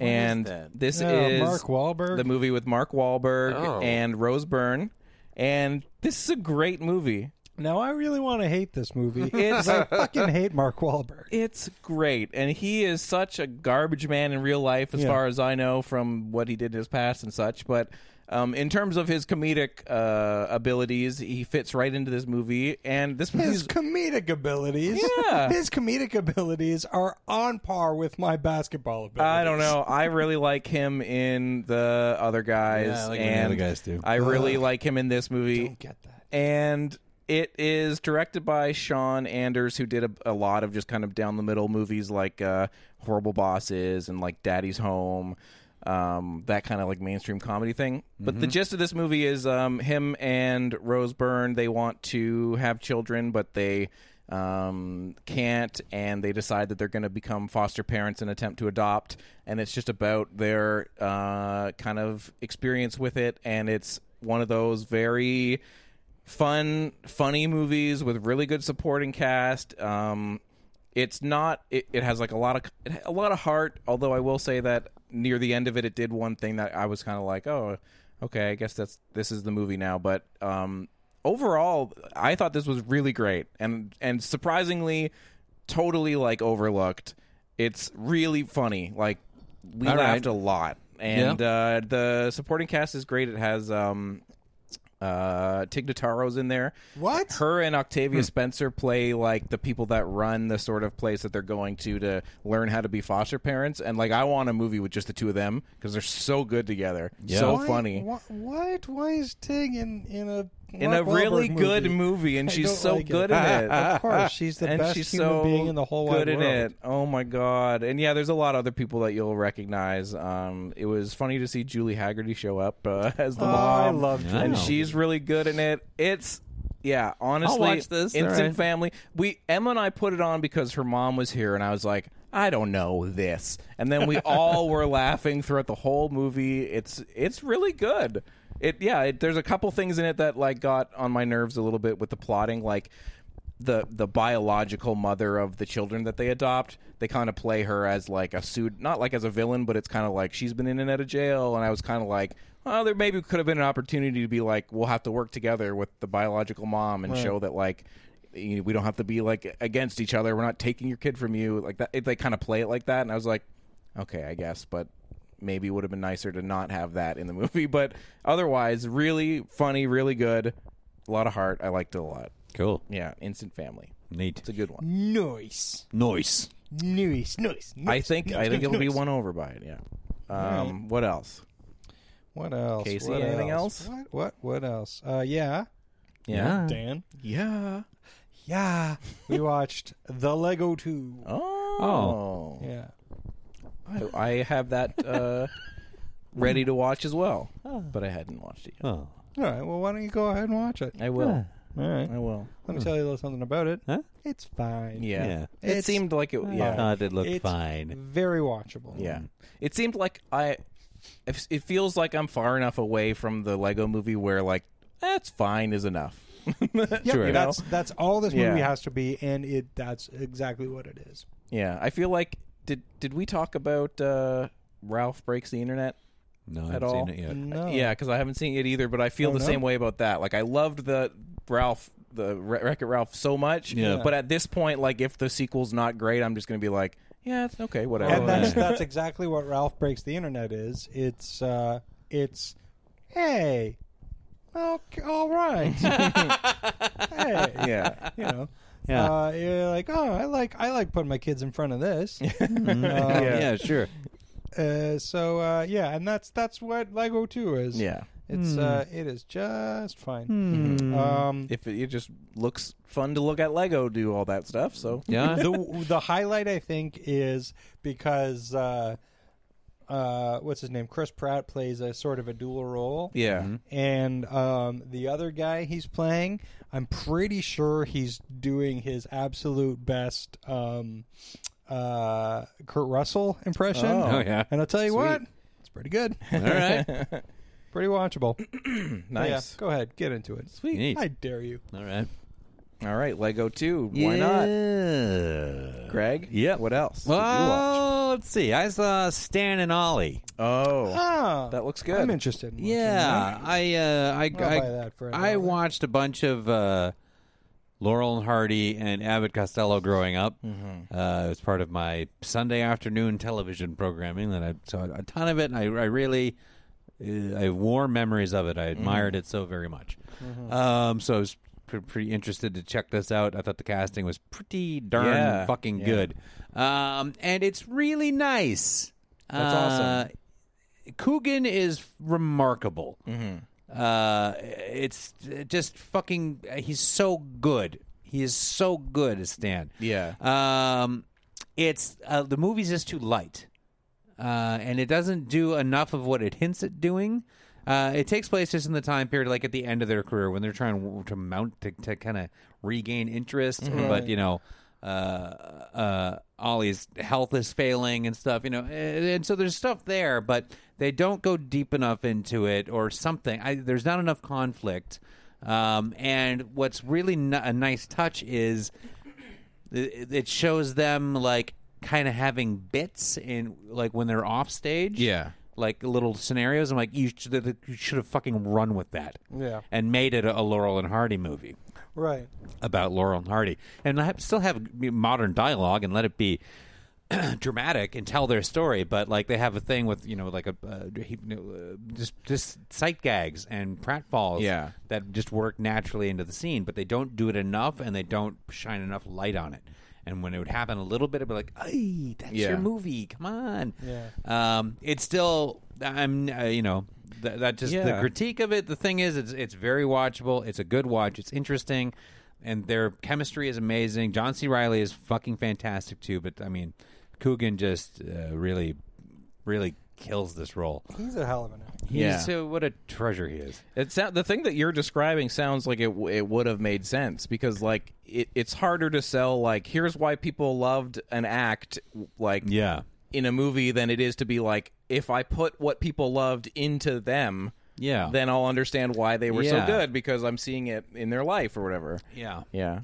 and that? this Yeah, is Oh, Mark Wahlberg? the movie with Mark Wahlberg and Rose Byrne, and this is a great movie. Now I really want to hate <laughs> this movie. It's I fucking hate Mark Wahlberg. It's great, and he is such a garbage man in real life, as Yeah. far as I know from what he did in his past and such. But um, in terms of his comedic uh, abilities, he fits right into this movie, and this movie His comedic abilities, Yeah. his comedic abilities are on par with my basketball abilities. I don't know. I really like him in the other guys. Yeah, I like him in The and Other Guys, too. I really like him in this movie. Don't get that. And it is directed by Sean Anders, who did a, a lot of just kind of down the middle movies like uh, Horrible Bosses and like Daddy's Home, um, that kind of like mainstream comedy thing. But the Mm-hmm. gist of this movie is um, him and Rose Byrne. They want to have children, but they um, can't, and they decide that they're going to become foster parents and attempt to adopt. And it's just about their uh, kind of experience with it. And it's one of those very fun, funny movies with really good supporting cast. Um, it's not. It, it has like a lot of it, ha- a lot of heart. Although I will say that near the end of it, it did one thing that I was kind of like, oh, okay, I guess that's this is the movie now. But um, overall, I thought this was really great and and surprisingly, totally like overlooked. It's really funny. Like we All laughed right. a lot, and uh, the supporting cast is great. It has um, uh, Tig Notaro's in there. What? Her and Hmm. Octavia Spencer play like the people that run the sort of place that they're going to to learn how to be foster parents. And like, I want a movie with just the two of them because they're so good together, so Why- funny. wha- what? Why is Tig in in a in a Mark really Wahlberg good movie? movie, and I she's don't so like it. good at it. <laughs> Of course, she's the and best she's human so being in the whole good wide in world. it. Oh my god! And yeah, there's a lot of other people that you'll recognize. Um, it was funny to see Julie Haggerty show up uh, <laughs> as the Oh, mom. I love Julie and Haggerty. she's really good in it. It's yeah, honestly, watch this, Instant alright. Family. We Emma and I put it on because her mom was here, and I was like. I don't know this, and then <laughs> we all were laughing throughout the whole movie. It's it's really good. It yeah. It, there's a couple things in it that like got on my nerves a little bit with the plotting. Like the the biological mother of the children that they adopt. They kind of play her as like a suit, not like as a villain, but it's kind of like she's been in and out of jail. And I was kind of like, oh, there maybe could have been an opportunity to be like, we'll have to work together with the biological mom and show that like you know, we don't have to be like against each other. We're not taking your kid from you like that. It, they kind of play it like that, and I was like, okay, I guess, but. Maybe it would have been nicer to not have that in the <laughs> movie, but otherwise, really funny, really good, a lot of heart. I liked it a lot. Cool. Yeah, Instant Family. Neat. It's a good one. Nice, Noise. nice, nice. I nice, think I nice, think nice, it'll be nice. won over by it. Yeah. Um, What else? What else? Casey, What anything else? What? What? What else? Uh, yeah, Yeah. Dan. Yeah. Yeah, we watched The Lego Two. Oh. Yeah. I, I have that uh, ready to watch as well, but I hadn't watched it yet. Oh. All right. Well, why don't you go ahead and watch it? I will. All right. I will. Let me tell you a little something about it. Huh? It's fine. Yeah. Yeah. It It's- seemed like it. I Yeah. thought it looked It's- fine. Very watchable. Yeah. It seemed like I. if- It feels like I'm far enough away from the Lego movie where like that's fine is enough. Yeah, You know? that's that's all this movie Yeah. has to be, and it that's exactly what it is. Yeah, I feel like did did we talk about uh, Ralph breaks the internet? No, I at haven't all? Mm. seen it yet. No, Yeah, because I haven't seen it either, but I feel Oh, the no? same way about that. Like I loved the Ralph, the Wreck It Ralph so much. Yeah. But at this point, like if the sequel's not great, I'm just gonna be like, yeah, it's okay, whatever. <laughs> and that's yeah. that's exactly what Ralph breaks the internet is. It's uh, it's hey, okay, all right, hey, yeah. you know, Yeah. uh, you're like oh, I like I like putting my kids in front of this. Oh, Uh, <laughs> yeah. sure. uh, so uh, yeah, and that's that's what Lego Two is. Yeah. it's uh, it is just fine. Um, If it, it just looks fun to look at Lego do all that stuff, so Yeah. the the highlight I think is because uh, uh, what's his name? Chris Pratt plays a sort of a dual role. yeah. And um, the other guy he's playing, I'm pretty sure he's doing his absolute best um, uh, Kurt Russell impression. Oh, yeah. And I'll tell you what, it's <laughs> pretty good, All right. pretty watchable. Nice. Yeah, go ahead, get into it. Sweet, Neat. I dare you. All right. All right, Lego two. Why not? not? Greg? Yep. What else? did you watch? Well, let's see. I saw Stan and Ollie. Oh. Ah, That looks good. I'm interested. In watching Yeah, I uh, I I'll buy I, that for a I dollar. watched a bunch of uh, Laurel and Hardy and Abbott Costello growing up. Uh, it was part of my Sunday afternoon television programming that I saw a ton of it. And I, I really, uh, I have warm memories of it. I admired it so very much. Um, so I was pr- pretty interested to check this out. I thought the casting was pretty darn Yeah. fucking good. Um, and it's really nice. That's awesome. Uh, Coogan is remarkable. Mm-hmm. Uh, it's just fucking. He's so good. He is so good as Stan. Yeah. Um, it's uh, the movie's just too light, uh, and it doesn't do enough of what it hints at doing. Uh, it takes place just in the time period, like at the end of their career, when they're trying to mount to, to kind of regain interest, but you know, uh, uh, Ollie's health is failing and stuff. You know, and, and so there's stuff there, but they don't go deep enough into it or something. I, there's not enough conflict. Um, and what's really n- a nice touch is it it shows them like kind of having bits in like when they're off stage. Yeah. Like little scenarios, I'm like, you should, you should have fucking run with that, Yeah. and made it a, a Laurel and Hardy movie Right. about Laurel and Hardy, and have, still have modern dialogue and let it be <clears throat> dramatic and tell their story. But like they have a thing with you know like a uh, he- uh, just just sight gags and pratfalls Yeah. that just work naturally into the scene, but they don't do it enough and they don't shine enough light on it. And when it would happen a little bit, it'd be like, "Ay, that's Yeah. your movie. Come on." Yeah. Um, it's still, I'm, uh, you know, th- that just the Yeah. critique of it. The thing is, it's it's very watchable. It's a good watch. It's interesting, and their chemistry is amazing. John C. Riley is fucking fantastic too. But I mean, Coogan just uh, really, really kills this role. He's a hell of an actor. He's, Yeah. uh, what a treasure he is. It sound, the thing that you're describing sounds like it w- it would have made sense because like it, it's harder to sell like here's why people loved an act like Yeah. in a movie than it is to be like if I put what people loved into them Yeah. then I'll understand why they were so Yeah. good because I'm seeing it in their life or whatever Yeah. yeah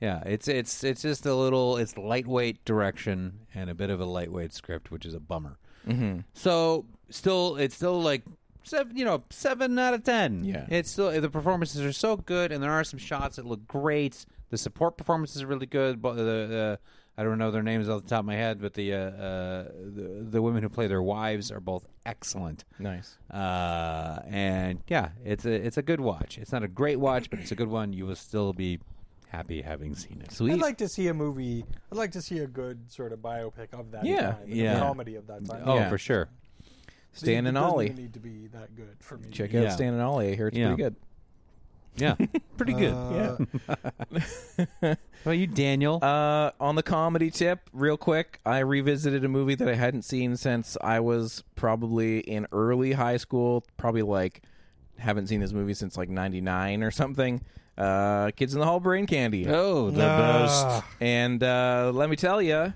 Yeah, it's it's it's just a little it's lightweight direction and a bit of a lightweight script, which is a bummer. Mm-hmm. So still, it's still like seven, you know, seven out of ten. Yeah. it's still the performances are so good, and there are some shots that look great. The support performances are really good. But the uh, I don't know their names off the top of my head, but the uh, uh, the, the women who play their wives are both excellent. nice Uh, and yeah, it's a it's a good watch. It's not a great watch, but it's a good one. You will still be happy having seen it. sweet I'd like to see a movie. I'd like to see a good sort of biopic of that Yeah, time. and yeah. A comedy of that time. Oh, Yeah. for sure. Stan and It doesn't Ollie even need to be that good for me. check Yeah. out Stan and Ollie I hear it's Yeah. pretty good <laughs> Yeah, pretty good. Uh, well, you Daniel. Uh, on the comedy tip, real quick, I revisited a movie that I hadn't seen since I was probably in early high school. Probably like haven't seen this movie since like '99 or something. Uh, Kids in the Hall, Brain Candy, oh, the Ah. and uh, let me tell you.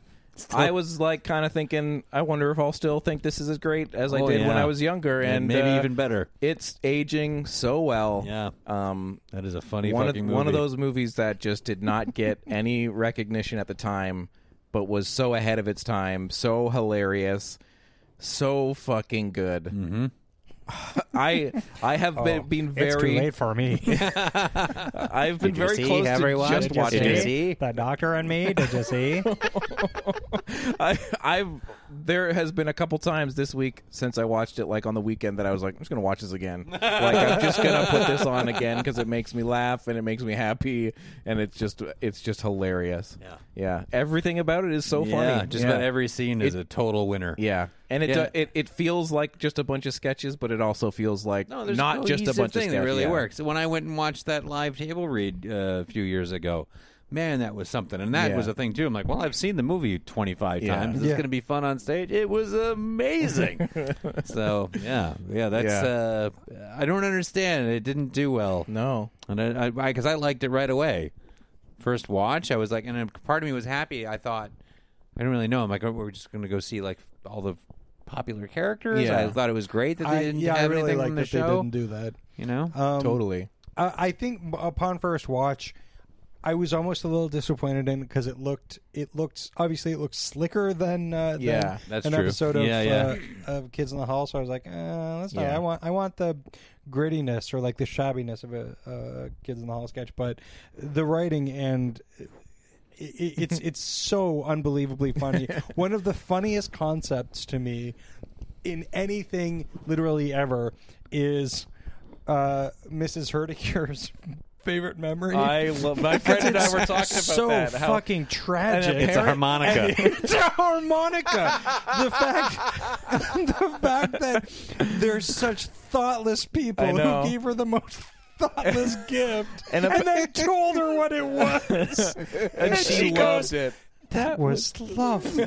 I was like kind of thinking. I wonder if I'll still think this is as great as I Oh, did when yeah. I was younger, And and, maybe uh, even better. It's aging so well. Yeah. Um, That is a funny one fucking of movie. one of those movies that just did not <laughs> get any recognition at the time, but was so ahead of its time, so hilarious, so fucking good. Mm-hmm. I I <laughs> have been been very Oh, it's too late <laughs> for me. I've been very close to just Did you watching see it. <laughs> the doctor and me. Did <laughs> you see? I, I've there has been a couple times this week since I watched it, like on the weekend, that I was like, I'm just gonna watch this again. like I'm just gonna put this on again because it makes me laugh and it makes me happy, and it's just it's just hilarious. Yeah, yeah. Everything about it is so Yeah, funny. just yeah. about every scene is a total winner. Yeah, and it, Yeah. do- it it feels like just a bunch of sketches, but it also feels like No, there's not a just a cohesive bunch thing of that sketches. really yeah. works. When I went and watched that live table read uh, a few years ago, man, that was something. And that Yeah. was a thing too. I'm like, well, I've seen the movie 25 Yeah. times. It's Yeah. going to be fun on stage. It <laughs> was amazing. so yeah, yeah, that's. Uh, I don't understand. It didn't do well. No, And I, I, I, cause I liked it right away. First watch, I was like, and a part of me was happy. I thought, I don't really know. I'm like, oh, we're just going to go see like all the popular characters. Yeah. I thought it was great that they I, didn't yeah, I have really anything like from the that show. Uh, they didn't do that. you know, Um, totally. I, I think upon first watch, I was almost a little disappointed in because it looked it looked obviously it looked slicker than uh, Yeah, than that's an true. episode of, Yeah, yeah. Uh, of Kids in the Hall. So I was like, uh, that's not. Yeah. I want I want the grittiness or like the shabbiness of a uh, Kids in the Hall sketch, but the writing and. i- i <laughs> it's it's so unbelievably funny. One of the funniest concepts to me in anything literally ever is uh, Mrs. Herdicure's <laughs> favorite memory. I love <laughs> my friend and I were talking about so that. how- fucking tragic. and It's a harmonica. and it's a harmonica. the fact, <laughs> the fact that there's such thoughtless I people know. who gave her the most thoughtless gift, And and, a- then told her what it was. <laughs> and she, she loved goes- it. that was lovely.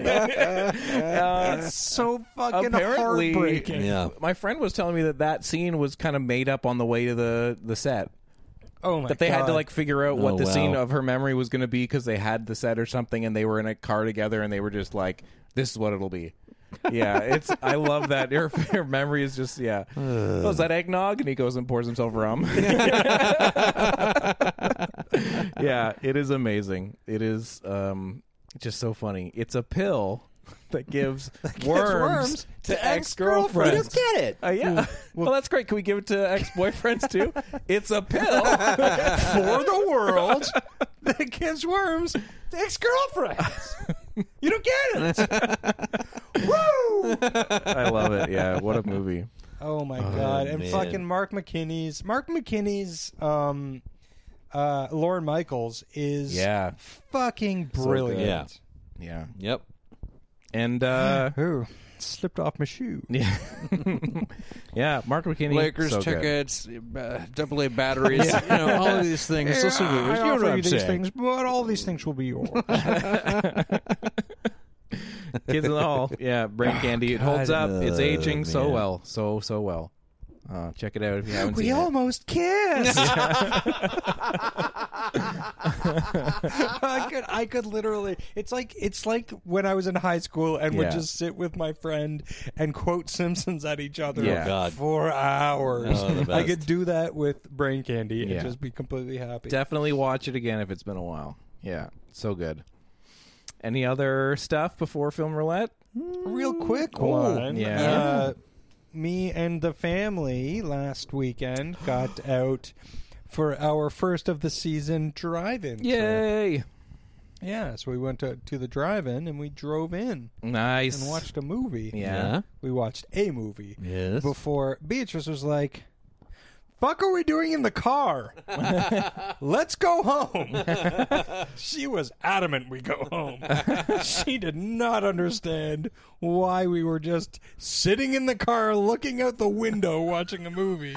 it's so fucking apparently- heartbreaking. <laughs> Yeah. My friend was telling me that that scene was kind of made up on the way to the the set. Oh my that they had to God. like figure out what Oh, the wow. scene of her memory was going to be because they had the set or something and they were in a car together and they were just like this is what it'll be yeah it's i love that her, her memory is just <sighs> yeah oh, is that eggnog and he goes and pours himself <laughs> rum <laughs> yeah it is amazing it is um just so funny it's a pill that <laughs> gives worms, worms to to ex-girlfriends. ex-girlfriends You don't get it. uh, yeah. <laughs> Well, that's great. Can we give it to ex-boyfriends <laughs> too? it's a pill <laughs> for the world. that gives worms ex girlfriends. you don't get it. Woo! I love it. Yeah. What a movie. Oh my god! And man. fucking Mark McKinney's Mark McKinney's um, uh, Lauren Michaels is Yeah. fucking brilliant. Yeah. Yeah. <laughs> Yep. And uh Ooh, slipped off my shoe. yeah. <laughs> yeah, Mark McKinney. Lakers so good. tickets, uh, double A batteries, you know, all of these things. Those souvenirs. I you know offer what I'm you these saying? things, but all these things will be yours. Kids in the Hall. Yeah, brain candy. It holds up. God, It's uh, aging so man. well. So so well. Uh, check it out if you haven't we seen it. almost kissed. <laughs> I could, I could literally. It's like, it's like when <laughs> I was in high school and Yeah. would just sit with my friend and quote <laughs> Simpsons at each other Yeah. Oh, God. for hours. Oh, the I best. could do that with brain candy Yeah. and just be completely happy. Definitely watch it again if it's been a while. Yeah, so good. Any other stuff before film roulette? Real quick one. yeah. Uh, me and the family last weekend got out for our first of the season drive-in. trip. Yay! Yeah, so we went to, to the drive-in and we drove in Nice. and watched a movie. Yeah. We watched a movie. Yes. Before Beatrice was like, "Fuck, are we doing in the car? Let's go home." <laughs> she was adamant we go home. <laughs> she did not understand why we were just sitting in the car, looking out the window, watching a movie.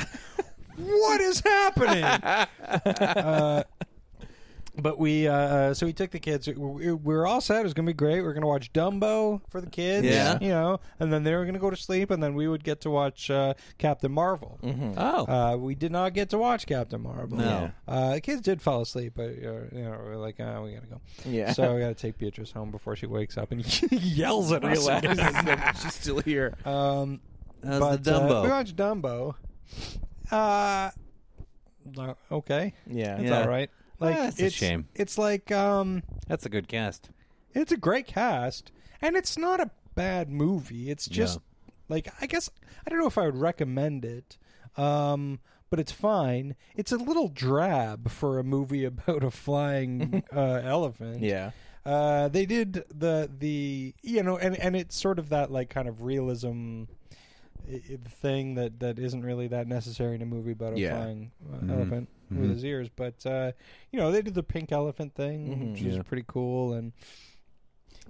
What is happening? uh, but we, uh, uh, so we took the kids. We, we were all set. It was going to be great. We were going to watch Dumbo for the kids, Yeah. you know, and then they were going to go to sleep, and then we would get to watch uh, Captain Marvel. Oh. Uh, we did not get to watch Captain Marvel. No. Uh, the kids did fall asleep, but uh, you know, we're like, oh, we gotta go. Yeah. So we gotta take Beatrice home before she wakes up and <laughs> yells at <laughs> us. <laughs> She's still here. Um, How's but the uh, we Dumbo? watched Dumbo. Uh, no, okay, yeah. it's Yeah. all right. Like that's a it's, shame. It's like um, That's a good cast. it's a great cast, and it's not a bad movie. It's just like I guess I don't know if I would recommend it, um, but it's fine. It's a little drab for a movie <laughs> about <laughs> a flying uh, elephant. Yeah. Uh, they did the the you know, and and it's sort of that like kind of realism i- i- thing that that isn't really that necessary in a movie about a Yeah. Mm-hmm. flying uh, elephant with his ears. But uh, you know, they did the pink elephant thing, Mm-hmm. which is pretty cool and.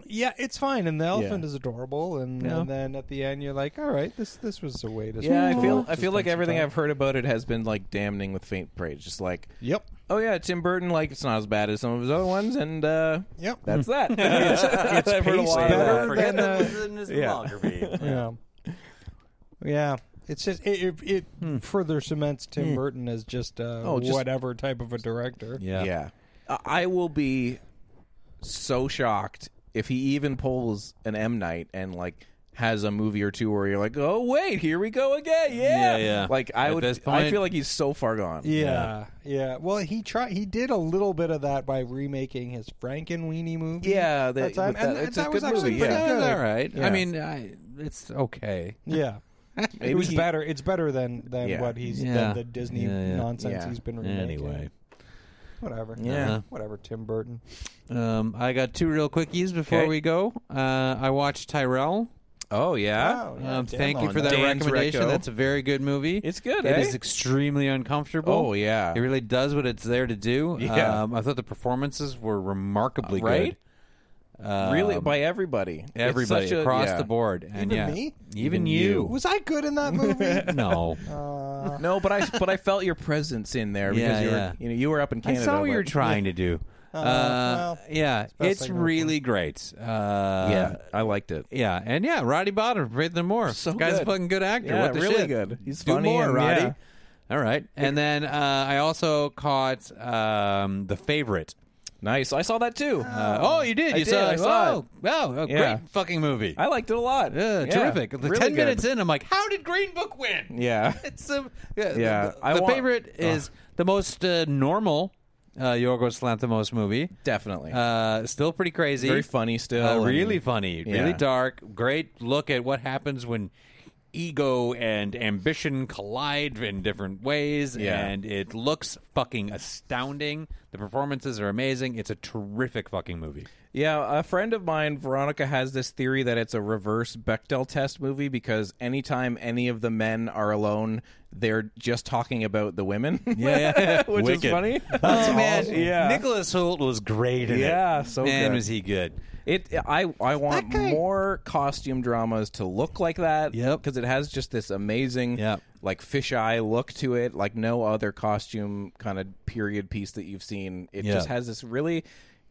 Yeah, it's fine, and the elephant is adorable, and, and then at the end you're like, all right, this this was a way to Yeah, I spend- feel I to feel spend like some everything time. I've heard about it has been like damning with faint praise. Just like, Yep, oh yeah, Tim Burton, like it's not as bad as some of his other ones, and uh, yep, <laughs> that's that. it's <laughs> I've heard a lot paced of better that. Forget than, that uh, was in his yeah. yeah, yeah. It's just it it, it further cements Tim Burton as just uh, Hmm. Oh, just- whatever type of a director. <laughs> Yeah. Yeah. I I will be so shocked if he even pulls an M night and like has a movie or two where you're like, oh wait, here we go again. Yeah, Yeah, yeah. Like I At would, this I point- feel like he's so far gone. Yeah, yeah. Well, he tried. He did a little bit of that by remaking his Frankenweenie movie. Yeah, they- that time, with and that- th- it's a that was good actually movie, pretty yeah. good. It's all right. Yeah. I mean, I, it's okay. Yeah, Maybe it was he- better. It's better than than Yeah. what he's Yeah. than the Disney Yeah, yeah. nonsense Yeah. he's been remaking. Anyway, whatever. Yeah. Uh-huh. whatever. Tim Burton. um, I got two real quickies before Okay. we go. Uh, I watched Tyrell. Oh yeah. Oh, yeah, Um, Dan thank you Mullen. for that Dan's recommendation. Reco. That's a very good movie. It's good, It eh? is extremely uncomfortable. Oh, yeah. It really does what it's there to do. Yeah. Um, I thought the performances were remarkably Right? good. Um, Really, by everybody, It's everybody such a- across yeah. the board. And Even yeah, me? even you. Was I good in <laughs> that movie? no. No, but <laughs> I but I felt your presence in there because Yeah, you were yeah. you know you were up in I Canada. saw what you were but- trying to do. Uh, well, yeah, best it's I can really great. Uh, Yeah, I liked it. Yeah, and yeah, Roddy Bottom from Faith No More. So guy's good. a fucking good actor. Yeah, what the really shit? good. He's Do funny more, and- Roddy. yeah. All right, and then uh, I also caught um, the favorite. Nice. I saw that too. Uh, oh, you did. I you did, saw. I saw oh, it. wow, a Yeah. great fucking movie. I liked it a lot. Yeah, terrific. Really Ten good. minutes in, I'm like, how did Green Book win? <laughs> Yeah. It's a, yeah. Yeah, The, I the want- favorite is the most uh, normal uh, Yorgos Lanthimos movie. Definitely. Uh, still pretty crazy. Very funny still, Uh, and- really funny. Yeah. Really dark. Great look at what happens when ego and ambition collide in different ways. Yeah. And it looks fucking astounding. The performances are amazing. It's a terrific fucking movie. Yeah, a friend of mine, Veronica, has this theory that it's a reverse Bechdel test movie because anytime any of the men are alone, they're just talking about the women. <laughs> <laughs> yeah. which is Wicked. funny. oh man, yeah, Nicholas Hoult was great in it. Yeah, so man, good. was he good. It I I want more costume dramas to look like that. Yep. because it has just this amazing Yep. like fisheye look to it, like no other costume kind of period piece that you've seen. It Yeah. just has this really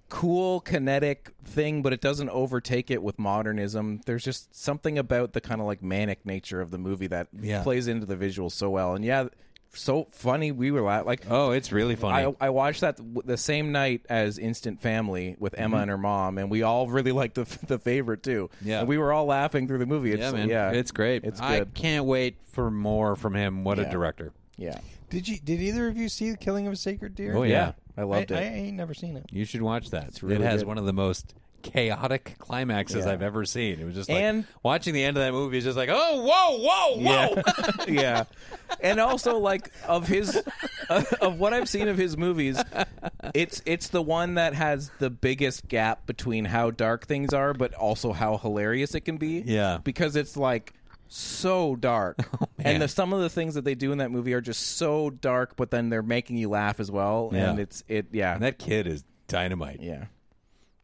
cool kinetic thing, but it doesn't overtake it with modernism. There's just something about the kind of like manic nature of the movie that Yeah. plays into the visuals so well. And yeah, so funny. We were la- like, Oh, it's really funny. I, I watched that w- the same night as Instant Family with Emma and her mom, and we all really <laughs> liked the the favorite too. Mm-hmm. Yeah. and we were all laughing through the movie. It's, yeah, man, it's great. It's I good. can't wait for more from him. What a director! Yeah, Did you? Did either of you see The Killing of a Sacred Deer? Oh, yeah, Yeah. I loved I, I it. ain't never seen it. You should watch that. really it has good. one of the most chaotic climaxes I've ever seen. It was just like And- watching the end of that movie is just like, oh, whoa, whoa, <laughs> whoa. <laughs> yeah, and also like of his uh, of what I've seen of his movies, it's it's the one that has the biggest gap between how dark things are, but also how hilarious it can be. Yeah. Oh, because it's like so <laughs> dark, and the, some of the things that they do in that movie are just so dark, but then they're making you laugh as well, and Yeah. it's it yeah And that kid is dynamite. Yeah,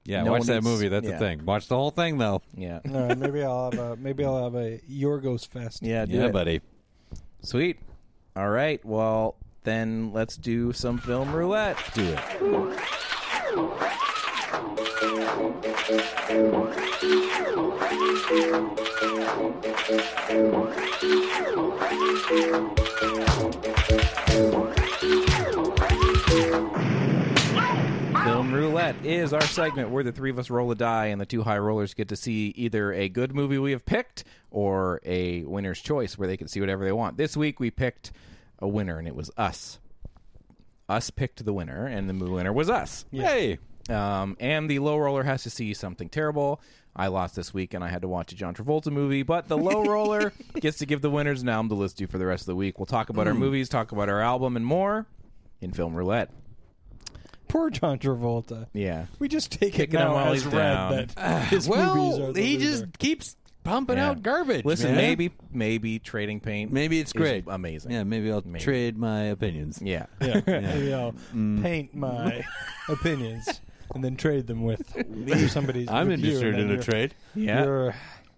yeah No watch one that needs- movie. That's yeah. the thing. Watch the whole thing though. <laughs> yeah All right, maybe I'll have a maybe I'll have a Yorgos fest. yeah do Yeah, it. buddy. sweet. All right, well then let's do some film roulette. Do it. Film Roulette is our segment where the three of us roll a die and the two high rollers get to see either a good movie we have picked or a winner's choice where they can see whatever they want. This week we picked a winner and it was us. Us picked the winner and the winner was us. Hey. Um, and the low roller has to see something terrible. I lost this week and I had to watch a John Travolta movie, but the low roller gets to give the winners an album to listen to for the rest of the week. We'll talk about our movies, talk about our album, and more in Film Roulette. Poor John Travolta. Yeah. We just take Kicking it him now while as he's read down. that his movies are Well, the he loser. just keeps pumping Yeah. out garbage. Listen, man. maybe maybe trading paint. maybe it's is great. amazing. Yeah, maybe I'll Maybe. trade my opinions. yeah. yeah, maybe I'll paint my opinions and then trade them with somebody's. I'm with you, interested and then in a you're- trade. Yeah. you're-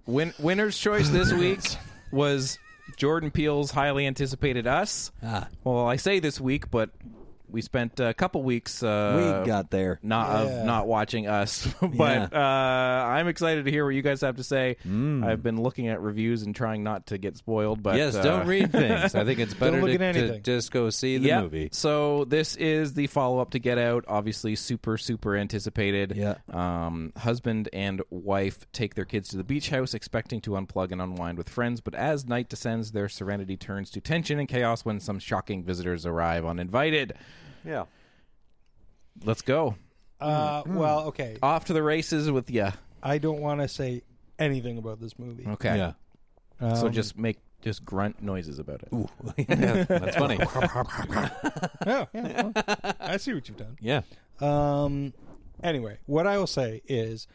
Win- winner's choice <laughs> this week Ah. was Jordan Peele's highly anticipated Us. Well, I say this week, but we spent a couple weeks. Uh, we got there. not of not watching us <laughs> but uh i'm excited to hear what you guys have to say i've been looking at reviews and trying not to get spoiled but Hmm. yes, uh, don't read things. I <laughs> think it's better look to, at to anything. just go see the yeah. movie. So this is the follow up to Get Out. Obviously, super super anticipated. Yeah. Um, husband and wife take their kids to the beach house, expecting to unplug and unwind with friends. But as night descends, their serenity turns to tension and chaos when some shocking visitors arrive uninvited. Yeah. Let's go Uh, well, okay. off to the races with ya. I don't want to say anything about this movie. Okay. <laughs> Yeah. So Um, just make just grunt noises about it. yeah. That's <laughs> funny. Yeah, Oh, yeah, well, I see what you've done. Yeah. Um. Anyway, what I will say is,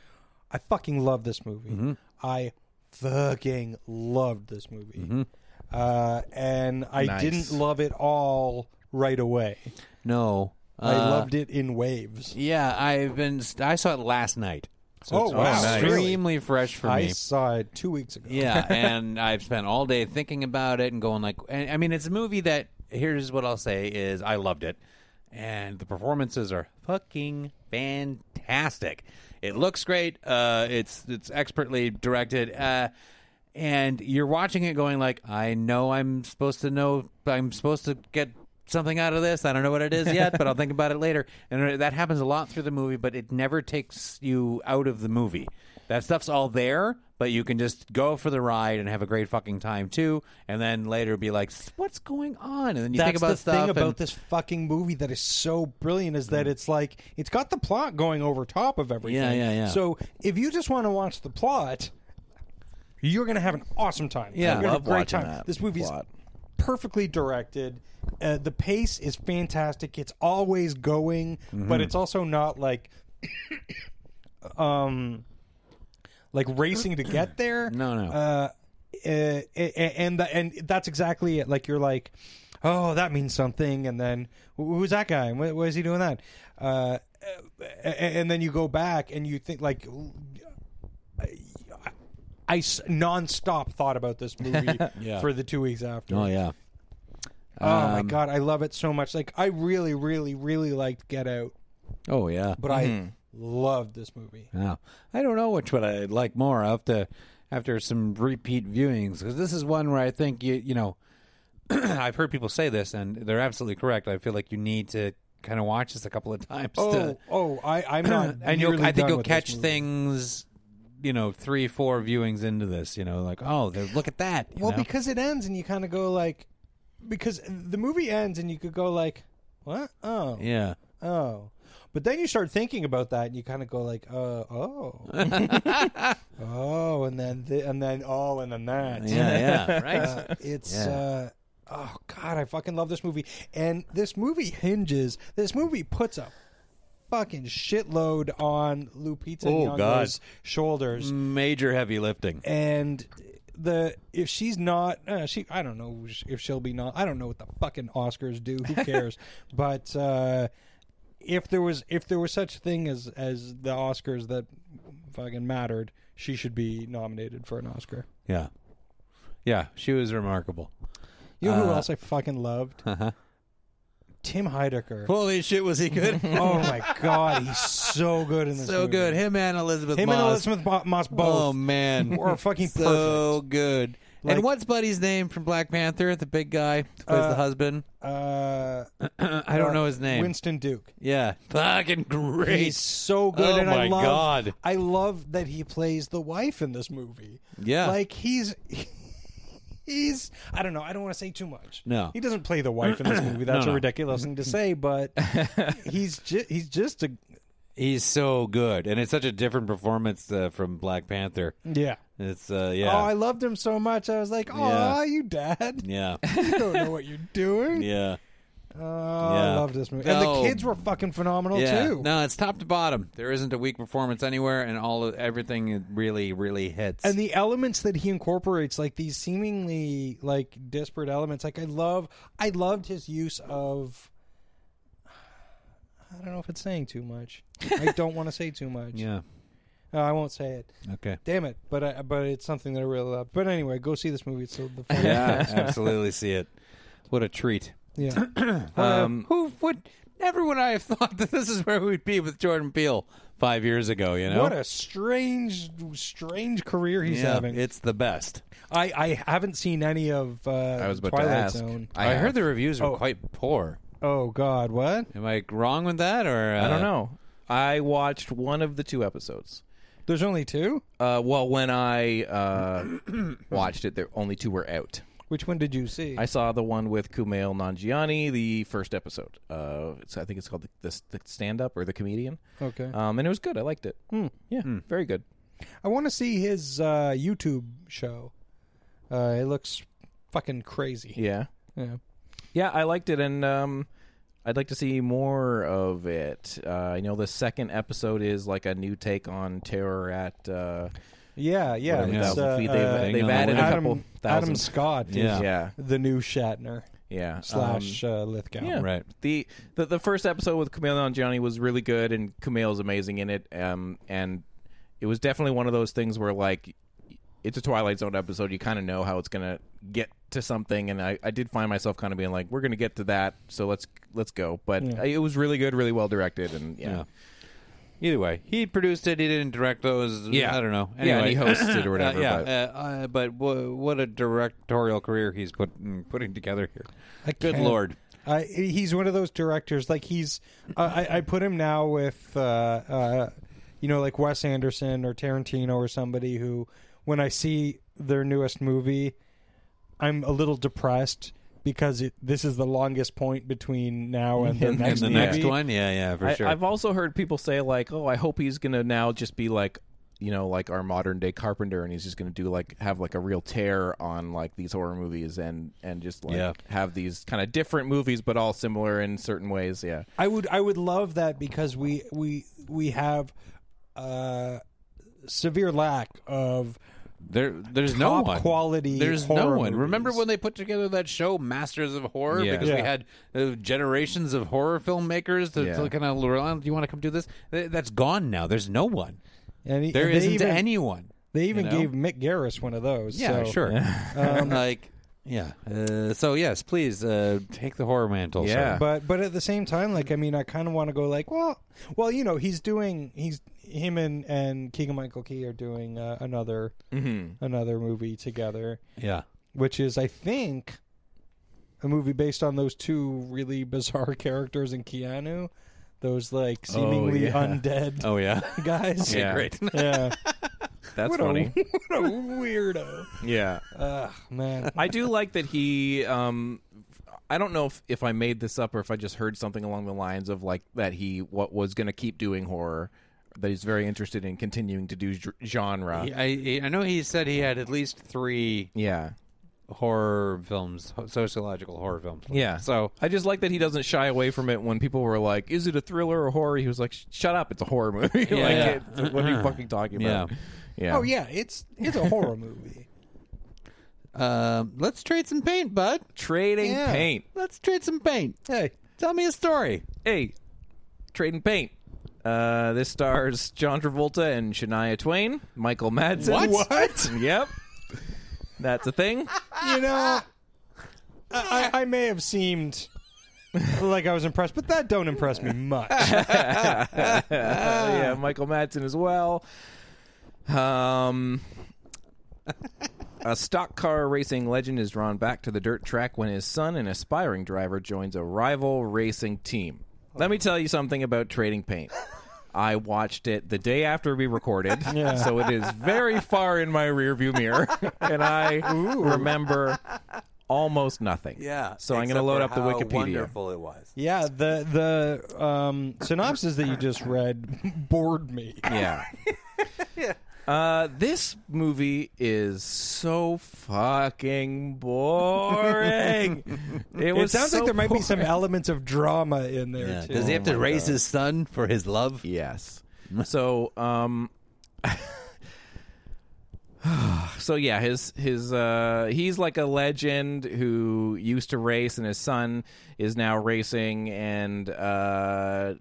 I fucking love this movie. I fucking loved this movie, uh, and I Nice. didn't love it all right away. No. Uh, I loved it in waves. Yeah, I've been. I saw it last night. So Oh, it's wow. Nice. Extremely fresh for I me. saw it two weeks ago. Yeah, and I've spent all day thinking about it and going like, and, I mean, it's a movie that. Here's what I'll say: is I loved it, and the performances are fucking fantastic. It looks great. Uh, it's it's expertly directed, uh, and you're watching it going like, I know I'm supposed to know. I'm supposed to get something out of this. I don't know what it is yet, but I'll think about it later. And that happens a lot through the movie, but it never takes you out of the movie. That stuff's all there, but you can just go for the ride and have a great fucking time too. And then later be like, "What's going on?" And then you That's think about the stuff. thing about and, Mm-hmm. this fucking movie that is so brilliant is that it's like it's got the plot going over top of everything. Yeah, yeah, yeah. So if you just want to watch the plot, you're gonna have an awesome time. Yeah, you're gonna have love a great watching time. that This movie's plot. perfectly directed. Uh, the pace is fantastic. It's always going, Mm-hmm. but it's also not like. <coughs> um like racing to get there No, no. uh, a- a- and the, and that's exactly it. Like you're like, oh, that means something, and then who- who's that guy? What, what is he doing that? Uh, a- a- and then you go back and you think like. I s- nonstop thought about this <laughs> movie for the two weeks after. oh yeah, Um, Oh my god, I love it so much! Like I really, really, really liked Get Out, oh yeah. but I loved this movie. Wow. I don't know which one I'd like more after after some repeat viewings because this is one where I think you you know <clears throat> I've heard people say this and they're absolutely correct. I feel like you need to kind of watch this a couple of times <clears throat> to, Oh, oh, I, I'm not. <clears throat> and you'll nearly I think done you'll with this catch movie. things you know three four viewings into this you know like oh there- look at that you Well, know? because it ends and you kind of go like, because the movie ends and you could go like, what? Oh, <laughs> yeah oh. But then you start thinking about that and you kind of go like, uh, oh, <laughs> oh, and then thi- and then oh, and then that. yeah yeah right <laughs> Uh, it's. Uh, Oh God, I fucking love this movie, and this movie hinges. This movie puts a fucking shitload on Lupita Oh, Nyong'o's shoulders major heavy lifting and the if she's not uh, she I don't know if she'll be not I don't know what the fucking Oscars do <laughs> who cares but uh, if there was if there was such a thing as as the Oscars that fucking mattered she should be nominated for an Oscar yeah yeah she was remarkable you know who Uh, else I fucking loved uh-huh. Tim Heidecker holy shit was he <laughs> good oh my god he's so good in this so movie. good him and Elizabeth him Moss. and Elizabeth Bo- Moss both Oh man, <laughs> We're fucking so good. Like- and what's Buddy's name from Black Panther? The big guy who plays the husband. <clears throat> uh, I don't know his name. Winston Duke yeah, fucking great. He's so good, Oh and my I love. God. I love that he plays the wife in this movie. Yeah. like he's <laughs> he's. I don't know. I don't want to say too much. No. he doesn't play the wife in <clears throat> this movie. That's No, a no. ridiculous thing <laughs> to say, but he's just he's just a He's so good, and it's such a different performance uh, from Black Panther. yeah. It's uh, yeah, Oh, I loved him so much. I was like, "Oh, <laughs> you dad, <laughs> yeah, you don't know what you're doing." yeah, Oh, I Yeah. loved this movie, and the No. kids were fucking phenomenal yeah. too. No, it's top to bottom. There isn't a weak performance anywhere, and all of, everything really, really hits. and the elements that he incorporates like these seemingly like disparate elements like i love i loved his use of i don't know if it's saying too much <laughs> i don't want to say too much yeah, No, i won't say it <laughs> okay, damn it but I, but it's something that i really love but anyway go see this movie it's the the <coughs> fun yeah, absolutely. See it. What a treat. yeah Um, who? What? Never would I have <laughs> thought that this is where we'd be with Jordan Peele five years ago. You know What a strange, strange career he's yeah, having. it's the best. I, I haven't seen any of uh, I was about Twilight to ask. Zone. I, have. heard the reviews were quite poor. Oh God, what? Am I wrong with that, or uh, I don't know. I watched one of the two episodes. There's only two. Uh, well, when I uh, <coughs> watched it, there only two were out. Which one did you see? I saw the one with Kumail Nanjiani, the first episode. Uh, it's, I think it's called the, the, the stand up or the comedian. Okay. Hmm. Um, and it was good. I liked it. Hmm. Yeah, very good. I want to see his uh, YouTube show. Uh, it looks fucking crazy. Yeah, Yeah. yeah, I liked it, and um, I'd like to see more of it. Uh, I know the second episode is like a new take on terror at. Uh, Yeah, yeah. whatever Yeah. It's, thousand uh, feet. uh, They've, uh, they've Adam- added a Adam, couple thousand. Adam Scott is Yeah. Yeah, the new Shatner yeah. Um, slash uh, Lithgow. Yeah. Right. The, the the first episode with Kumail and Johnny was really good, and Kumail's amazing in it. Um, and it was definitely one of those things where like it's a Twilight Zone episode. You kind of know how it's gonna get to something, and I, I did find myself kind of being like, we're gonna get to that, so let's let's go. But uh, it was really good, really well directed, and yeah. Yeah. Either way, he produced it. He didn't direct those. Yeah. I don't know. Yeah, and Anyway. he hosts <laughs> it or whatever, Uh, yeah, but- but, uh, uh, but w- what a directorial career he's put, mm, putting together here. I Good can't- lord. I, he's one of those directors. Like he's, I I, I put him now with, uh, uh, you know, like Wes Anderson or Tarantino or somebody who, when I see their newest movie, I'm a little depressed because it, this is the longest point between now and the next <laughs> and the movie. next one, yeah, yeah, for I, sure. I've also heard people say like, "Oh, I hope he's gonna now just be like, you know, like our modern day Carpenter, and he's just gonna do like have like a real tear on like these horror movies, and and just like Yeah. have these kind of different movies, but all similar in certain ways." Yeah, I would I would love that because we we we have uh, severe lack of there, there's no top one. quality There's horror no one. Remember movies. when they put together that show, Masters of Horror, Yeah. because we Yeah. had uh, generations of horror filmmakers to, Yeah. to kind of lure on. Do you want to come do this? Th- That's gone now. There's no one. and he- There they isn't even, anyone. They Oh. even you know? gave Mick Garris one of those. Yeah, so- sure. <laughs> Um, like, yeah. Uh, so yes, please uh, take the horror mantle. sir. Yeah. But but at the same time, like I mean, I kind of want to go like, well, well, you know, he's doing he's him and and Keegan Michael Key are doing uh, another another movie together, yeah. which is I think a movie based on those two really bizarre <laughs> characters in Keanu, those like seemingly yeah. undead <laughs> <laughs> Oh yeah. guys. Yeah. Great. <laughs> Yeah. <laughs> that's what funny. <laughs> a what a weirdo. yeah, Ugh, man. I do like that he. um I don't know if, if I made this up or if I just heard something along the lines of like that he what was going to keep doing horror, that he's very interested in continuing to do g- genre. He- I I know he said he had at least three yeah. horror films, ho- sociological horror films. Yeah. So I just like that he doesn't shy away from it when people were like, "Is it a thriller or horror?" He was like, "Sh- "Shut up, it's a horror movie." <laughs> Yeah. like, it- what are you fucking talking about? Yeah. Yeah. Oh yeah, it's it's a horror movie. um, let's trade some paint, bud. Trading Yeah. paint. Let's trade some paint. Hey, Tell me a story. Hey, trading paint. Uh, this stars John Travolta and Shania Twain, Michael Madsen. What? yep. That's a thing. you know, I, I may have seemed like I was impressed, but that don't impress me much. Uh, yeah, Michael Madsen as well. Um, a stock car racing legend is drawn back to the dirt track when his son, an aspiring driver, joins a rival racing team. Let me tell you something about trading paint. I watched it the day after we recorded, so it is very far in my rearview mirror, and I remember almost nothing. So I'm going to load up the Wikipedia. it was. Yeah, the the um, synopsis that you just read bored me. Yeah. Uh, this movie is so fucking boring. it, It, was sounds so like there might be some boring. elements of drama in there too. Does he Oh have to raise his son for his love? Yes. So, um, <sighs> so yeah, his his uh, he's like a legend who used to race, and his son is now racing, and uh,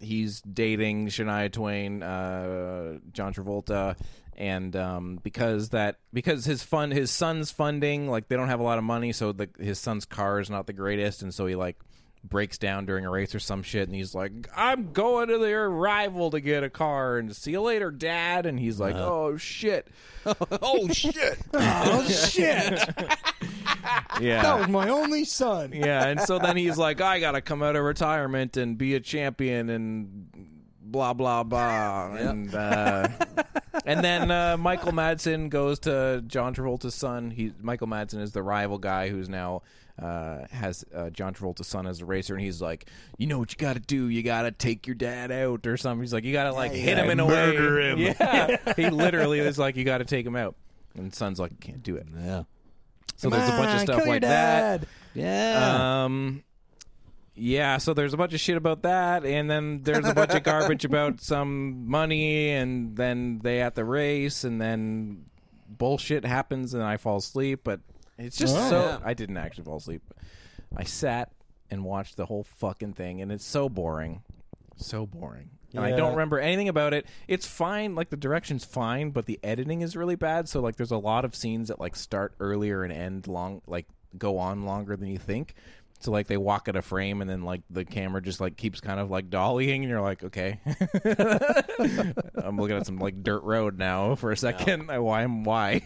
he's dating Shania Twain, uh, John Travolta, and um, because that because his fund his son's funding like they don't have a lot of money, so the, his son's car is not the greatest, and so he like breaks down during a race or some shit, and he's like, "I'm going to their rival to get a car, and see you later, Dad." And he's like, "Oh shit, <laughs> oh <laughs> shit, Oh shit! <laughs> yeah." That was my only son. yeah, and so then he's like, I gotta come out of retirement and be a champion and blah blah blah, and uh, and then uh, Michael Madsen goes to John Travolta's son. He Michael Madsen is the rival guy who's now uh, has uh, John Travolta's son as a racer, and he's like, you know what you gotta do? You gotta take your dad out or something. He's like, you gotta like hit him in a murder way. him. Yeah, he literally is like, you gotta take him out. And son's like, can't do it. Yeah. So there's a bunch of stuff kill your like that. dad. Yeah. Um, yeah, so there's a bunch of shit about that, and then there's a bunch of garbage about some money, and then they at the race, and then bullshit happens, and I fall asleep. But it's just so I didn't actually fall asleep. I sat and watched the whole fucking thing, and it's so boring, so boring. And I don't remember anything about it. It's fine, like the direction's fine, but the editing is really bad. So like, there's a lot of scenes that like start earlier and end long, like go on longer than you think. So like they walk out of frame and then like the camera just like keeps kind of like dollying and you're like, okay, <laughs> I'm looking at some like dirt road now for a second. I <laughs> Why am why?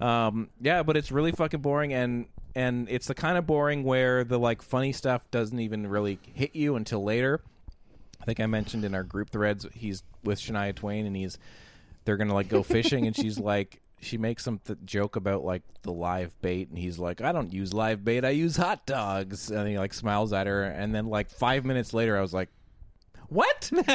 Um, yeah, but it's really fucking boring and and it's the kind of boring where the like funny stuff doesn't even really hit you until later. I think I mentioned in our group threads he's with Shania Twain and he's they're gonna like go fishing and she's like she makes some th- joke about like the live bait and he's like I don't use live bait I use hot dogs and he like smiles at her and then like five minutes later I was like what <laughs>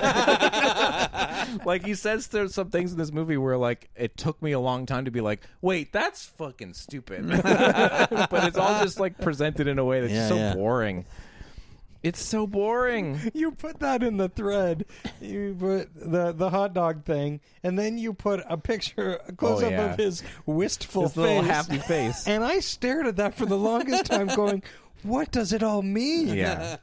like he says there's some things in this movie where like it took me a long time to be like wait that's fucking stupid <laughs> but it's all just like presented in a way that's just so yeah. boring it's so boring You put that in the thread. You put the the hot dog thing, and then you put a picture, a close up yeah. of Oh, his wistful His face, little happy <laughs> face. and I stared at that for the longest time, going, "What does it all mean?" yeah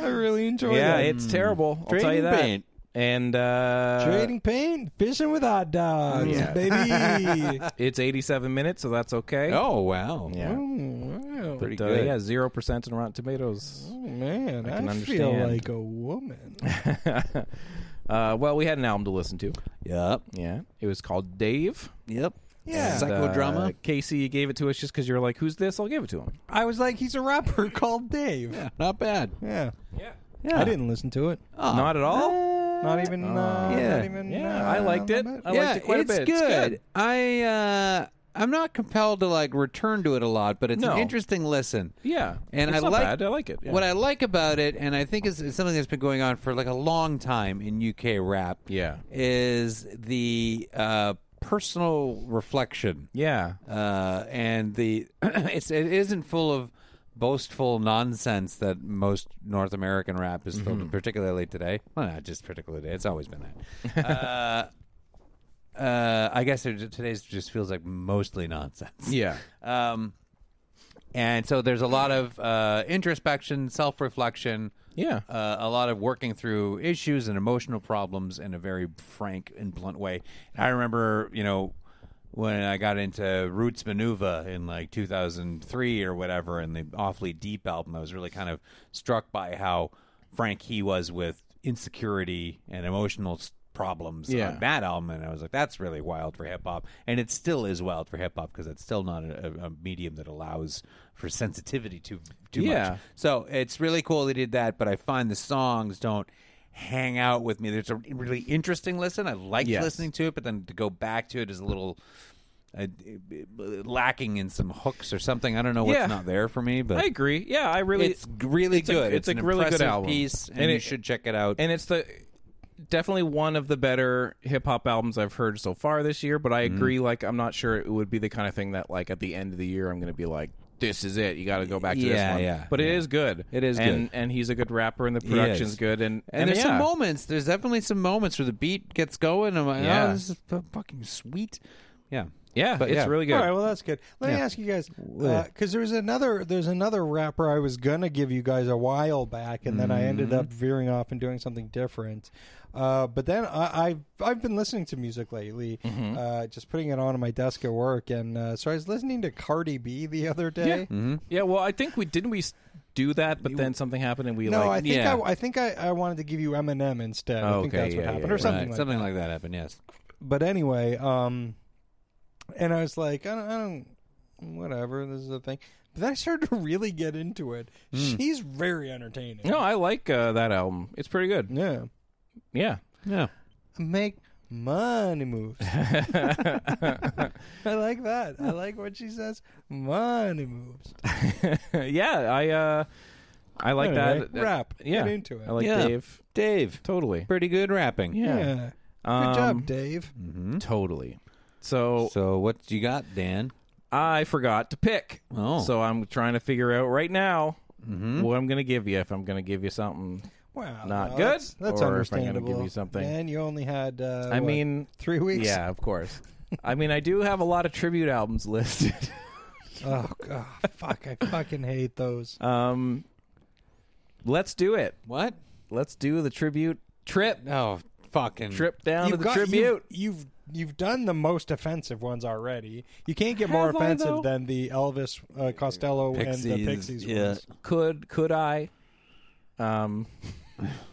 I really enjoyed yeah, it. it's terrible. I'll Mm. Trading tell you that. paint. And uh, Trading paint, fishing with hot dogs, Yeah. baby. it's 87 minutes, so that's okay. oh wow. yeah, wow. pretty good. yeah, zero percent in Rotten Tomatoes. Man, I, can feel understand. like a woman. Uh, well, we had an album to listen to. Yep. Yeah, it was called Dave. Yep. Yeah. And, uh, Psychodrama. Casey gave it to us just because you were like, "Who's this?" I'll give it to him. I was like, he's a rapper called Dave. Yeah. Not bad. Yeah. Yeah. I didn't listen to it. Oh. Not at all. Not even. Uh, yeah. Not even Yeah, uh, I liked it. not bad. I liked it quite a it's bit. It's Good. good. I uh I'm not compelled to like return to it a lot, but it's No. an interesting listen. Yeah, And It's I not like bad. I like it. yeah. What I like about it, and I think is, is something that's been going on for like a long time in UK rap, Yeah. is the uh, personal reflection, yeah, uh, and the <clears throat> it's it isn't full of boastful nonsense that most North American rap is filled, with, particularly today. Well, not just particularly today; it's always been that. uh, uh, I guess it, today's just feels like mostly nonsense. yeah, Um, and so there's a lot of uh, introspection, self reflection, yeah. uh, a lot of working through issues and emotional problems in a very frank and blunt way. And I remember, you know, when I got into Roots Manuva in like 2003 or whatever, and the Awfully Deep album, I was really kind of struck by how frank he was with insecurity and emotional s- problems Yeah. on that album. And I was like, that's really wild for hip hop. And it still is wild for hip hop because it's still not a, a- a medium that allows for sensitivity to too Yeah. much. So it's really cool they did that, but I find the songs don't hang out with me. There's a really interesting listen. I liked Yes. listening to it, but then to go back to it is a little uh, lacking in some hooks or something. I don't know what's Yeah. not there for me, but I agree. Yeah, I really. it's g- really it's a- good. it's a an really good impressive album. piece, and, And you it- should check it out. and it's the definitely one of the better hip hop albums I've heard so far this year. But I Mm-hmm. agree, like I'm not sure it would be the kind of thing that like at the end of the year I'm going to be like, this is it. You got to go back to Yeah, this one. yeah, but it yeah. is good. It is and, good. and he's a good rapper, and the production's is. good. And and, there's some yeah. moments. There's definitely some moments where the beat gets going. and I'm like, Yeah. oh, this is fu- fucking sweet. Yeah, Yeah, But it's yeah. really good. All right, well that's good. Let me ask you guys because there's another there's another rapper I was gonna give you guys a while back, and then I ended Mm-hmm. up veering off and doing something different. Uh, but then I, I've I've been listening to music lately, Mm-hmm. uh, just putting it on on my desk at work, and uh, so I was listening to Cardi B the other day. Mm-hmm. Yeah, well, I think we didn't we s- do that, but then something happened and we no, I like think yeah. I, I think I, I wanted to give you Eminem instead. I think Okay, that's what yeah, happened, yeah, or something Right, like something like that happened. Yes. but anyway, um, and I was like, I don't, I don't, whatever, this is a thing. But then I started to really get into it. She's very entertaining. Hmm. no, I like uh, that album. It's pretty good. yeah, Yeah. Yeah. make money moves. I like that. I like what she says. Money moves. <laughs> yeah, I uh I like Anyway, that. rap. Yeah. Ah, Get into it. I like Yeah. Dave. Dave, Totally. pretty good rapping. Yeah. Good Um, job, Dave. Totally. Mm-hmm. So So what you got, Dan? I forgot to pick. Oh. Mm-hmm. So I'm trying to figure out right now what I'm going to give you if I'm going to give you something. Wow, Not good? That's, that's Or if I'm gonna give understandable. you something. And you only had. Uh, I what, mean, three weeks. yeah, of course. I mean, I do have a lot of tribute albums listed. <laughs> Oh god, fuck! I fucking hate those. um let's do it. What? Let's do the tribute trip. Oh, fucking Trip down You've to the got- tribute. You've, you've you've done the most offensive ones already. You can't get more Have I, though? offensive than the Elvis uh, Costello and the Pixies yeah. ones. <laughs> could could I um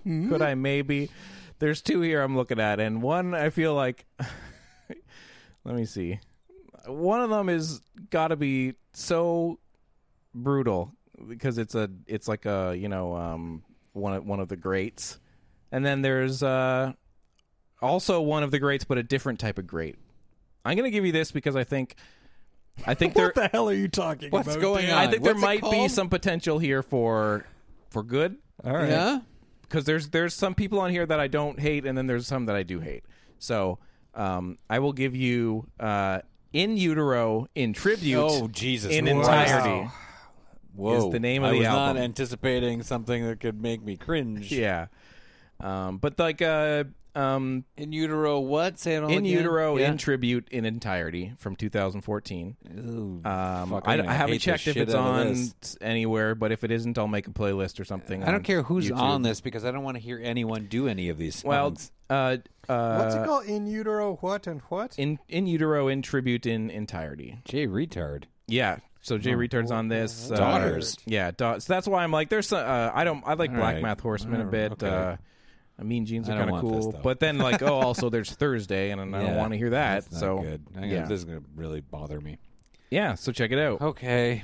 Hmm? could I maybe there's two here I'm looking at and one I feel like <laughs> let me see one of them is got to be so brutal because it's a it's like a you know um one of, one of the greats and then there's uh also one of the greats but a different type of great I'm going to give you this because I think I think there <laughs> What the hell are you talking What's about? going Dan? on? Oh, I think What's there it might be called? some potential here for for good All right. Yeah. because there's there's some people on here that I don't hate, and then there's some that I do hate. So um, I will give you uh, in utero in tribute. Oh, Jesus in Christ. entirety. Whoa. Is the name of I the was album. not anticipating something that could make me cringe. Yeah, um, but like uh, um, In utero, what? Say it all in again. utero Yeah. in tribute in entirety from 2014. Ooh, Um, fuck, I, I'm gonna I haven't hate the checked if shit it's out of on this. s- anywhere, but if it isn't, I'll make a playlist or something. I on don't care who's YouTube. on this because I don't want to hear anyone do any of these. Well, songs. uh, uh, What's it called? In utero, what and what? in in utero in tribute in entirety. Jay retard. Yeah. So Jay Retard's on this. uh, Oh, Daughters. yeah. Da- so that's why I'm like, there's. Some, uh, I don't. I like All Black right. Math Horseman a All bit. right, okay. Uh, I mean, jeans are I don't kind of want this, cool, though. but then like, <laughs> oh, also there's Thursday, and, I don't Yeah, want to hear that. that's not so good. I'm gonna- yeah, this is gonna really bother me. yeah. So check it out. Okay.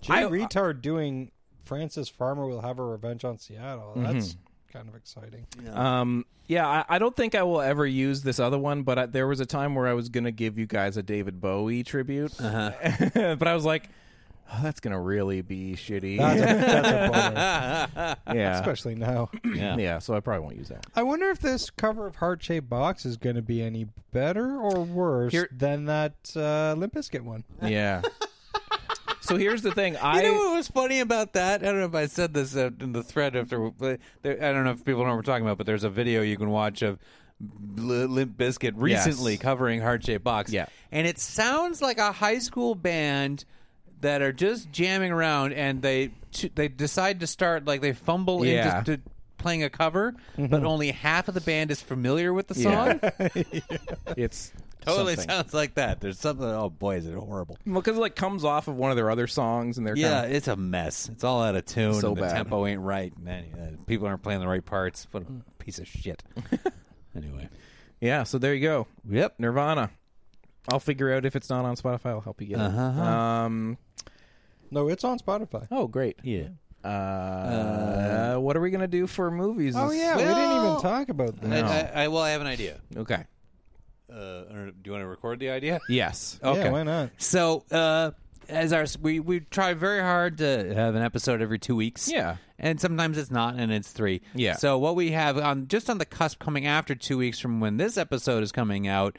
Jay Retard doing Francis Farmer will have a revenge on Seattle. That's kind of exciting. Um, yeah, I, I don't think I will ever use this other one, but I, there was a time where I was gonna give you guys a David Bowie tribute, Uh-huh. <laughs> but I was like, oh, that's gonna really be shitty. That's, a, that's a bummer, yeah, especially now. yeah. yeah. So I probably won't use that. I wonder if this cover of Heart Shaped Box is going to be any better or worse Here- than that uh, Limp Bizkit one. Yeah. so here's the thing. I <laughs> You know what was funny about that? I don't know if I said this uh, in the thread after. but There, I don't know if people know what we're talking about, but there's a video you can watch of L- Limp Bizkit recently Yes. covering Heart Shaped Box. Yeah. And it sounds like a high school band that are just jamming around and they they decide to start, like, they fumble Yeah. Mm-hmm. into to playing a cover, but only half of the band is familiar with the song. <laughs> it's totally something. sounds like that. There's something. Oh, boy, is it horrible. because it like comes off of one of their other songs and they're Yeah, kind it's a mess. It's all out of tune. So and the bad. tempo ain't right. Man, uh, people aren't playing the right parts. What a piece of <laughs> shit. anyway, of, yeah. So there you go. yep. Nirvana. I'll figure out if it's not on Spotify. I'll help you get it. Uh-huh. Um. No, it's on Spotify. Oh, great. Yeah. Uh, what are we gonna do for movies? Oh This- yeah, we didn't Well- even talk about that. I, I, I, well, I have an idea. Okay. Uh, I don't know, do you want to record the idea? Yes. Okay. Yeah, why not? So, uh, as our we we try very hard to have an episode every two weeks. Yeah. and sometimes it's not, and it's three. Yeah. So what we have on just on the cusp coming after two weeks from when this episode is coming out,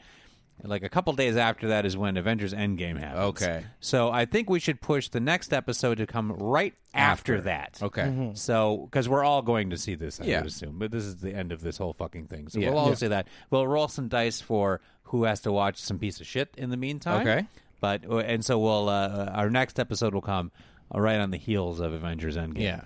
like a couple days after that is when Avengers Endgame happens. Okay. So I think we should push the next episode to come right after, that. Okay. So, because we're all going to see this, I Yeah. would assume, but this is the end of this whole fucking thing. So Yeah. we'll all Yeah. see that. We'll roll some dice for who has to watch some piece of shit in the meantime. Okay. But and so we'll uh, our next episode will come uh, right on the heels of Avengers Endgame. Yeah.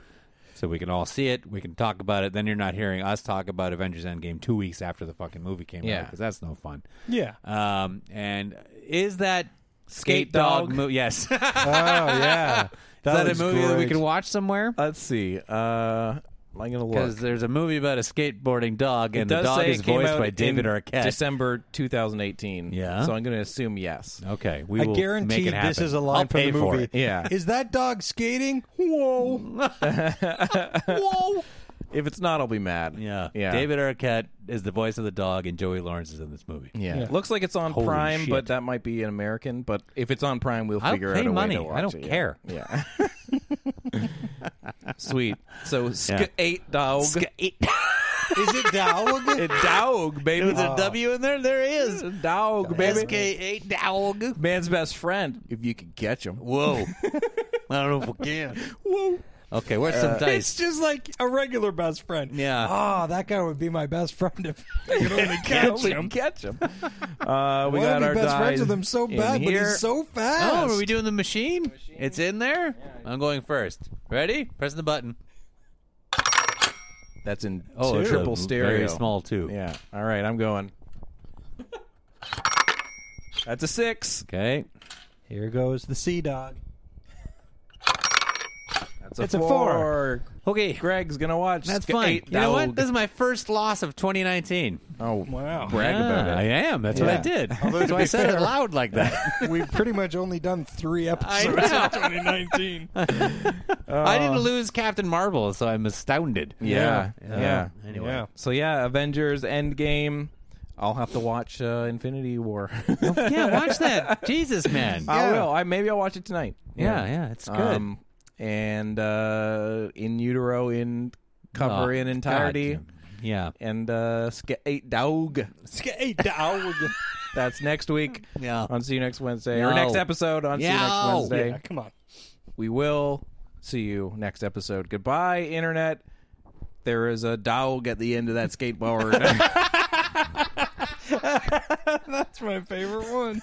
So we can all see it. We can talk about it. Then you're not hearing us talk about Avengers Endgame two weeks after the fucking movie came out Yeah. because that's no fun. Yeah. Um, and Um, is that Skate Dog. Dog. Mo- <laughs> yes. Is Oh yeah, that a was movie that we great. can watch somewhere? Let's see. Uh, I'm gonna Because look. there's a movie about a skateboarding dog, It and the does dog say is it came voiced out by David in Arquette. December 2018. Yeah? So I'm gonna assume yes. Okay, we I will make guarantee it happen. this is a I'll line from pay the for movie. it. Yeah. Is that dog skating? Whoa. Whoa. If it's not, I'll be mad. Yeah. Yeah. David Arquette is the voice of the dog, and Joey Lawrence is in this movie. Yeah. Looks like it's on Holy Prime, shit. but that might be an American. But if it's on Prime, we'll I'll figure pay out a money. way to watch I don't it. care. <laughs> Yeah. <laughs> Sweet. So Yeah. sk- eight dog. <laughs> Is <laughs> it dog? Oh. A dog, baby. Is there a W in there? There is. dog, Oh. baby. SKA dog. Man's best friend, if you can catch him. <laughs> Whoa. I don't know if we can. Whoa. Okay, where's some Uh, It's dice? just like a regular best friend. Yeah. Ah, that guy would be my best friend if <laughs> I could <laughs> only catch him. Catch him. Uh, we Why got be our best dice friends with him so in bad, but here. he's so fast. Oh, are we doing the machine? It's in there? I'm going first. Ready? Pressing the button. That's in Oh, two. it's a triple stereo. Very small, too. Yeah. All right, I'm going. That's a six. Okay. Here goes the sea dog. That's It's a four. Okay. Greg's gonna watch. That's sk- fine. eight You know what? dog. This is my first loss of 2019. Oh, Wow. brag Yeah, about I it. am. That's what I Yeah. did. Although, That's to why I be said it fair- loud <laughs> like that. We've pretty much only done three <laughs> I, episodes. know. 2019. Oh. I didn't lose Captain Marvel, so I'm astounded. Yeah, yeah. Anyway. Yeah. So yeah, Avengers Endgame. I'll have to watch uh, Infinity <laughs> War. <laughs> yeah, watch that. Jesus, <laughs> man. I will. I maybe I'll watch it tonight. Yeah, yeah, it's good. Um, and uh, in utero in cover Oh, in entirety. God, yeah. And uh, sk- eight dog. <laughs> Skate dog. That's next week. Yeah. On see you next Wednesday or No. next episode on see Yeah. you next Wednesday. Yeah, come on. We will see you next episode. Goodbye, internet. There is a dog at the end of that skateboard. <laughs> That's my favorite one.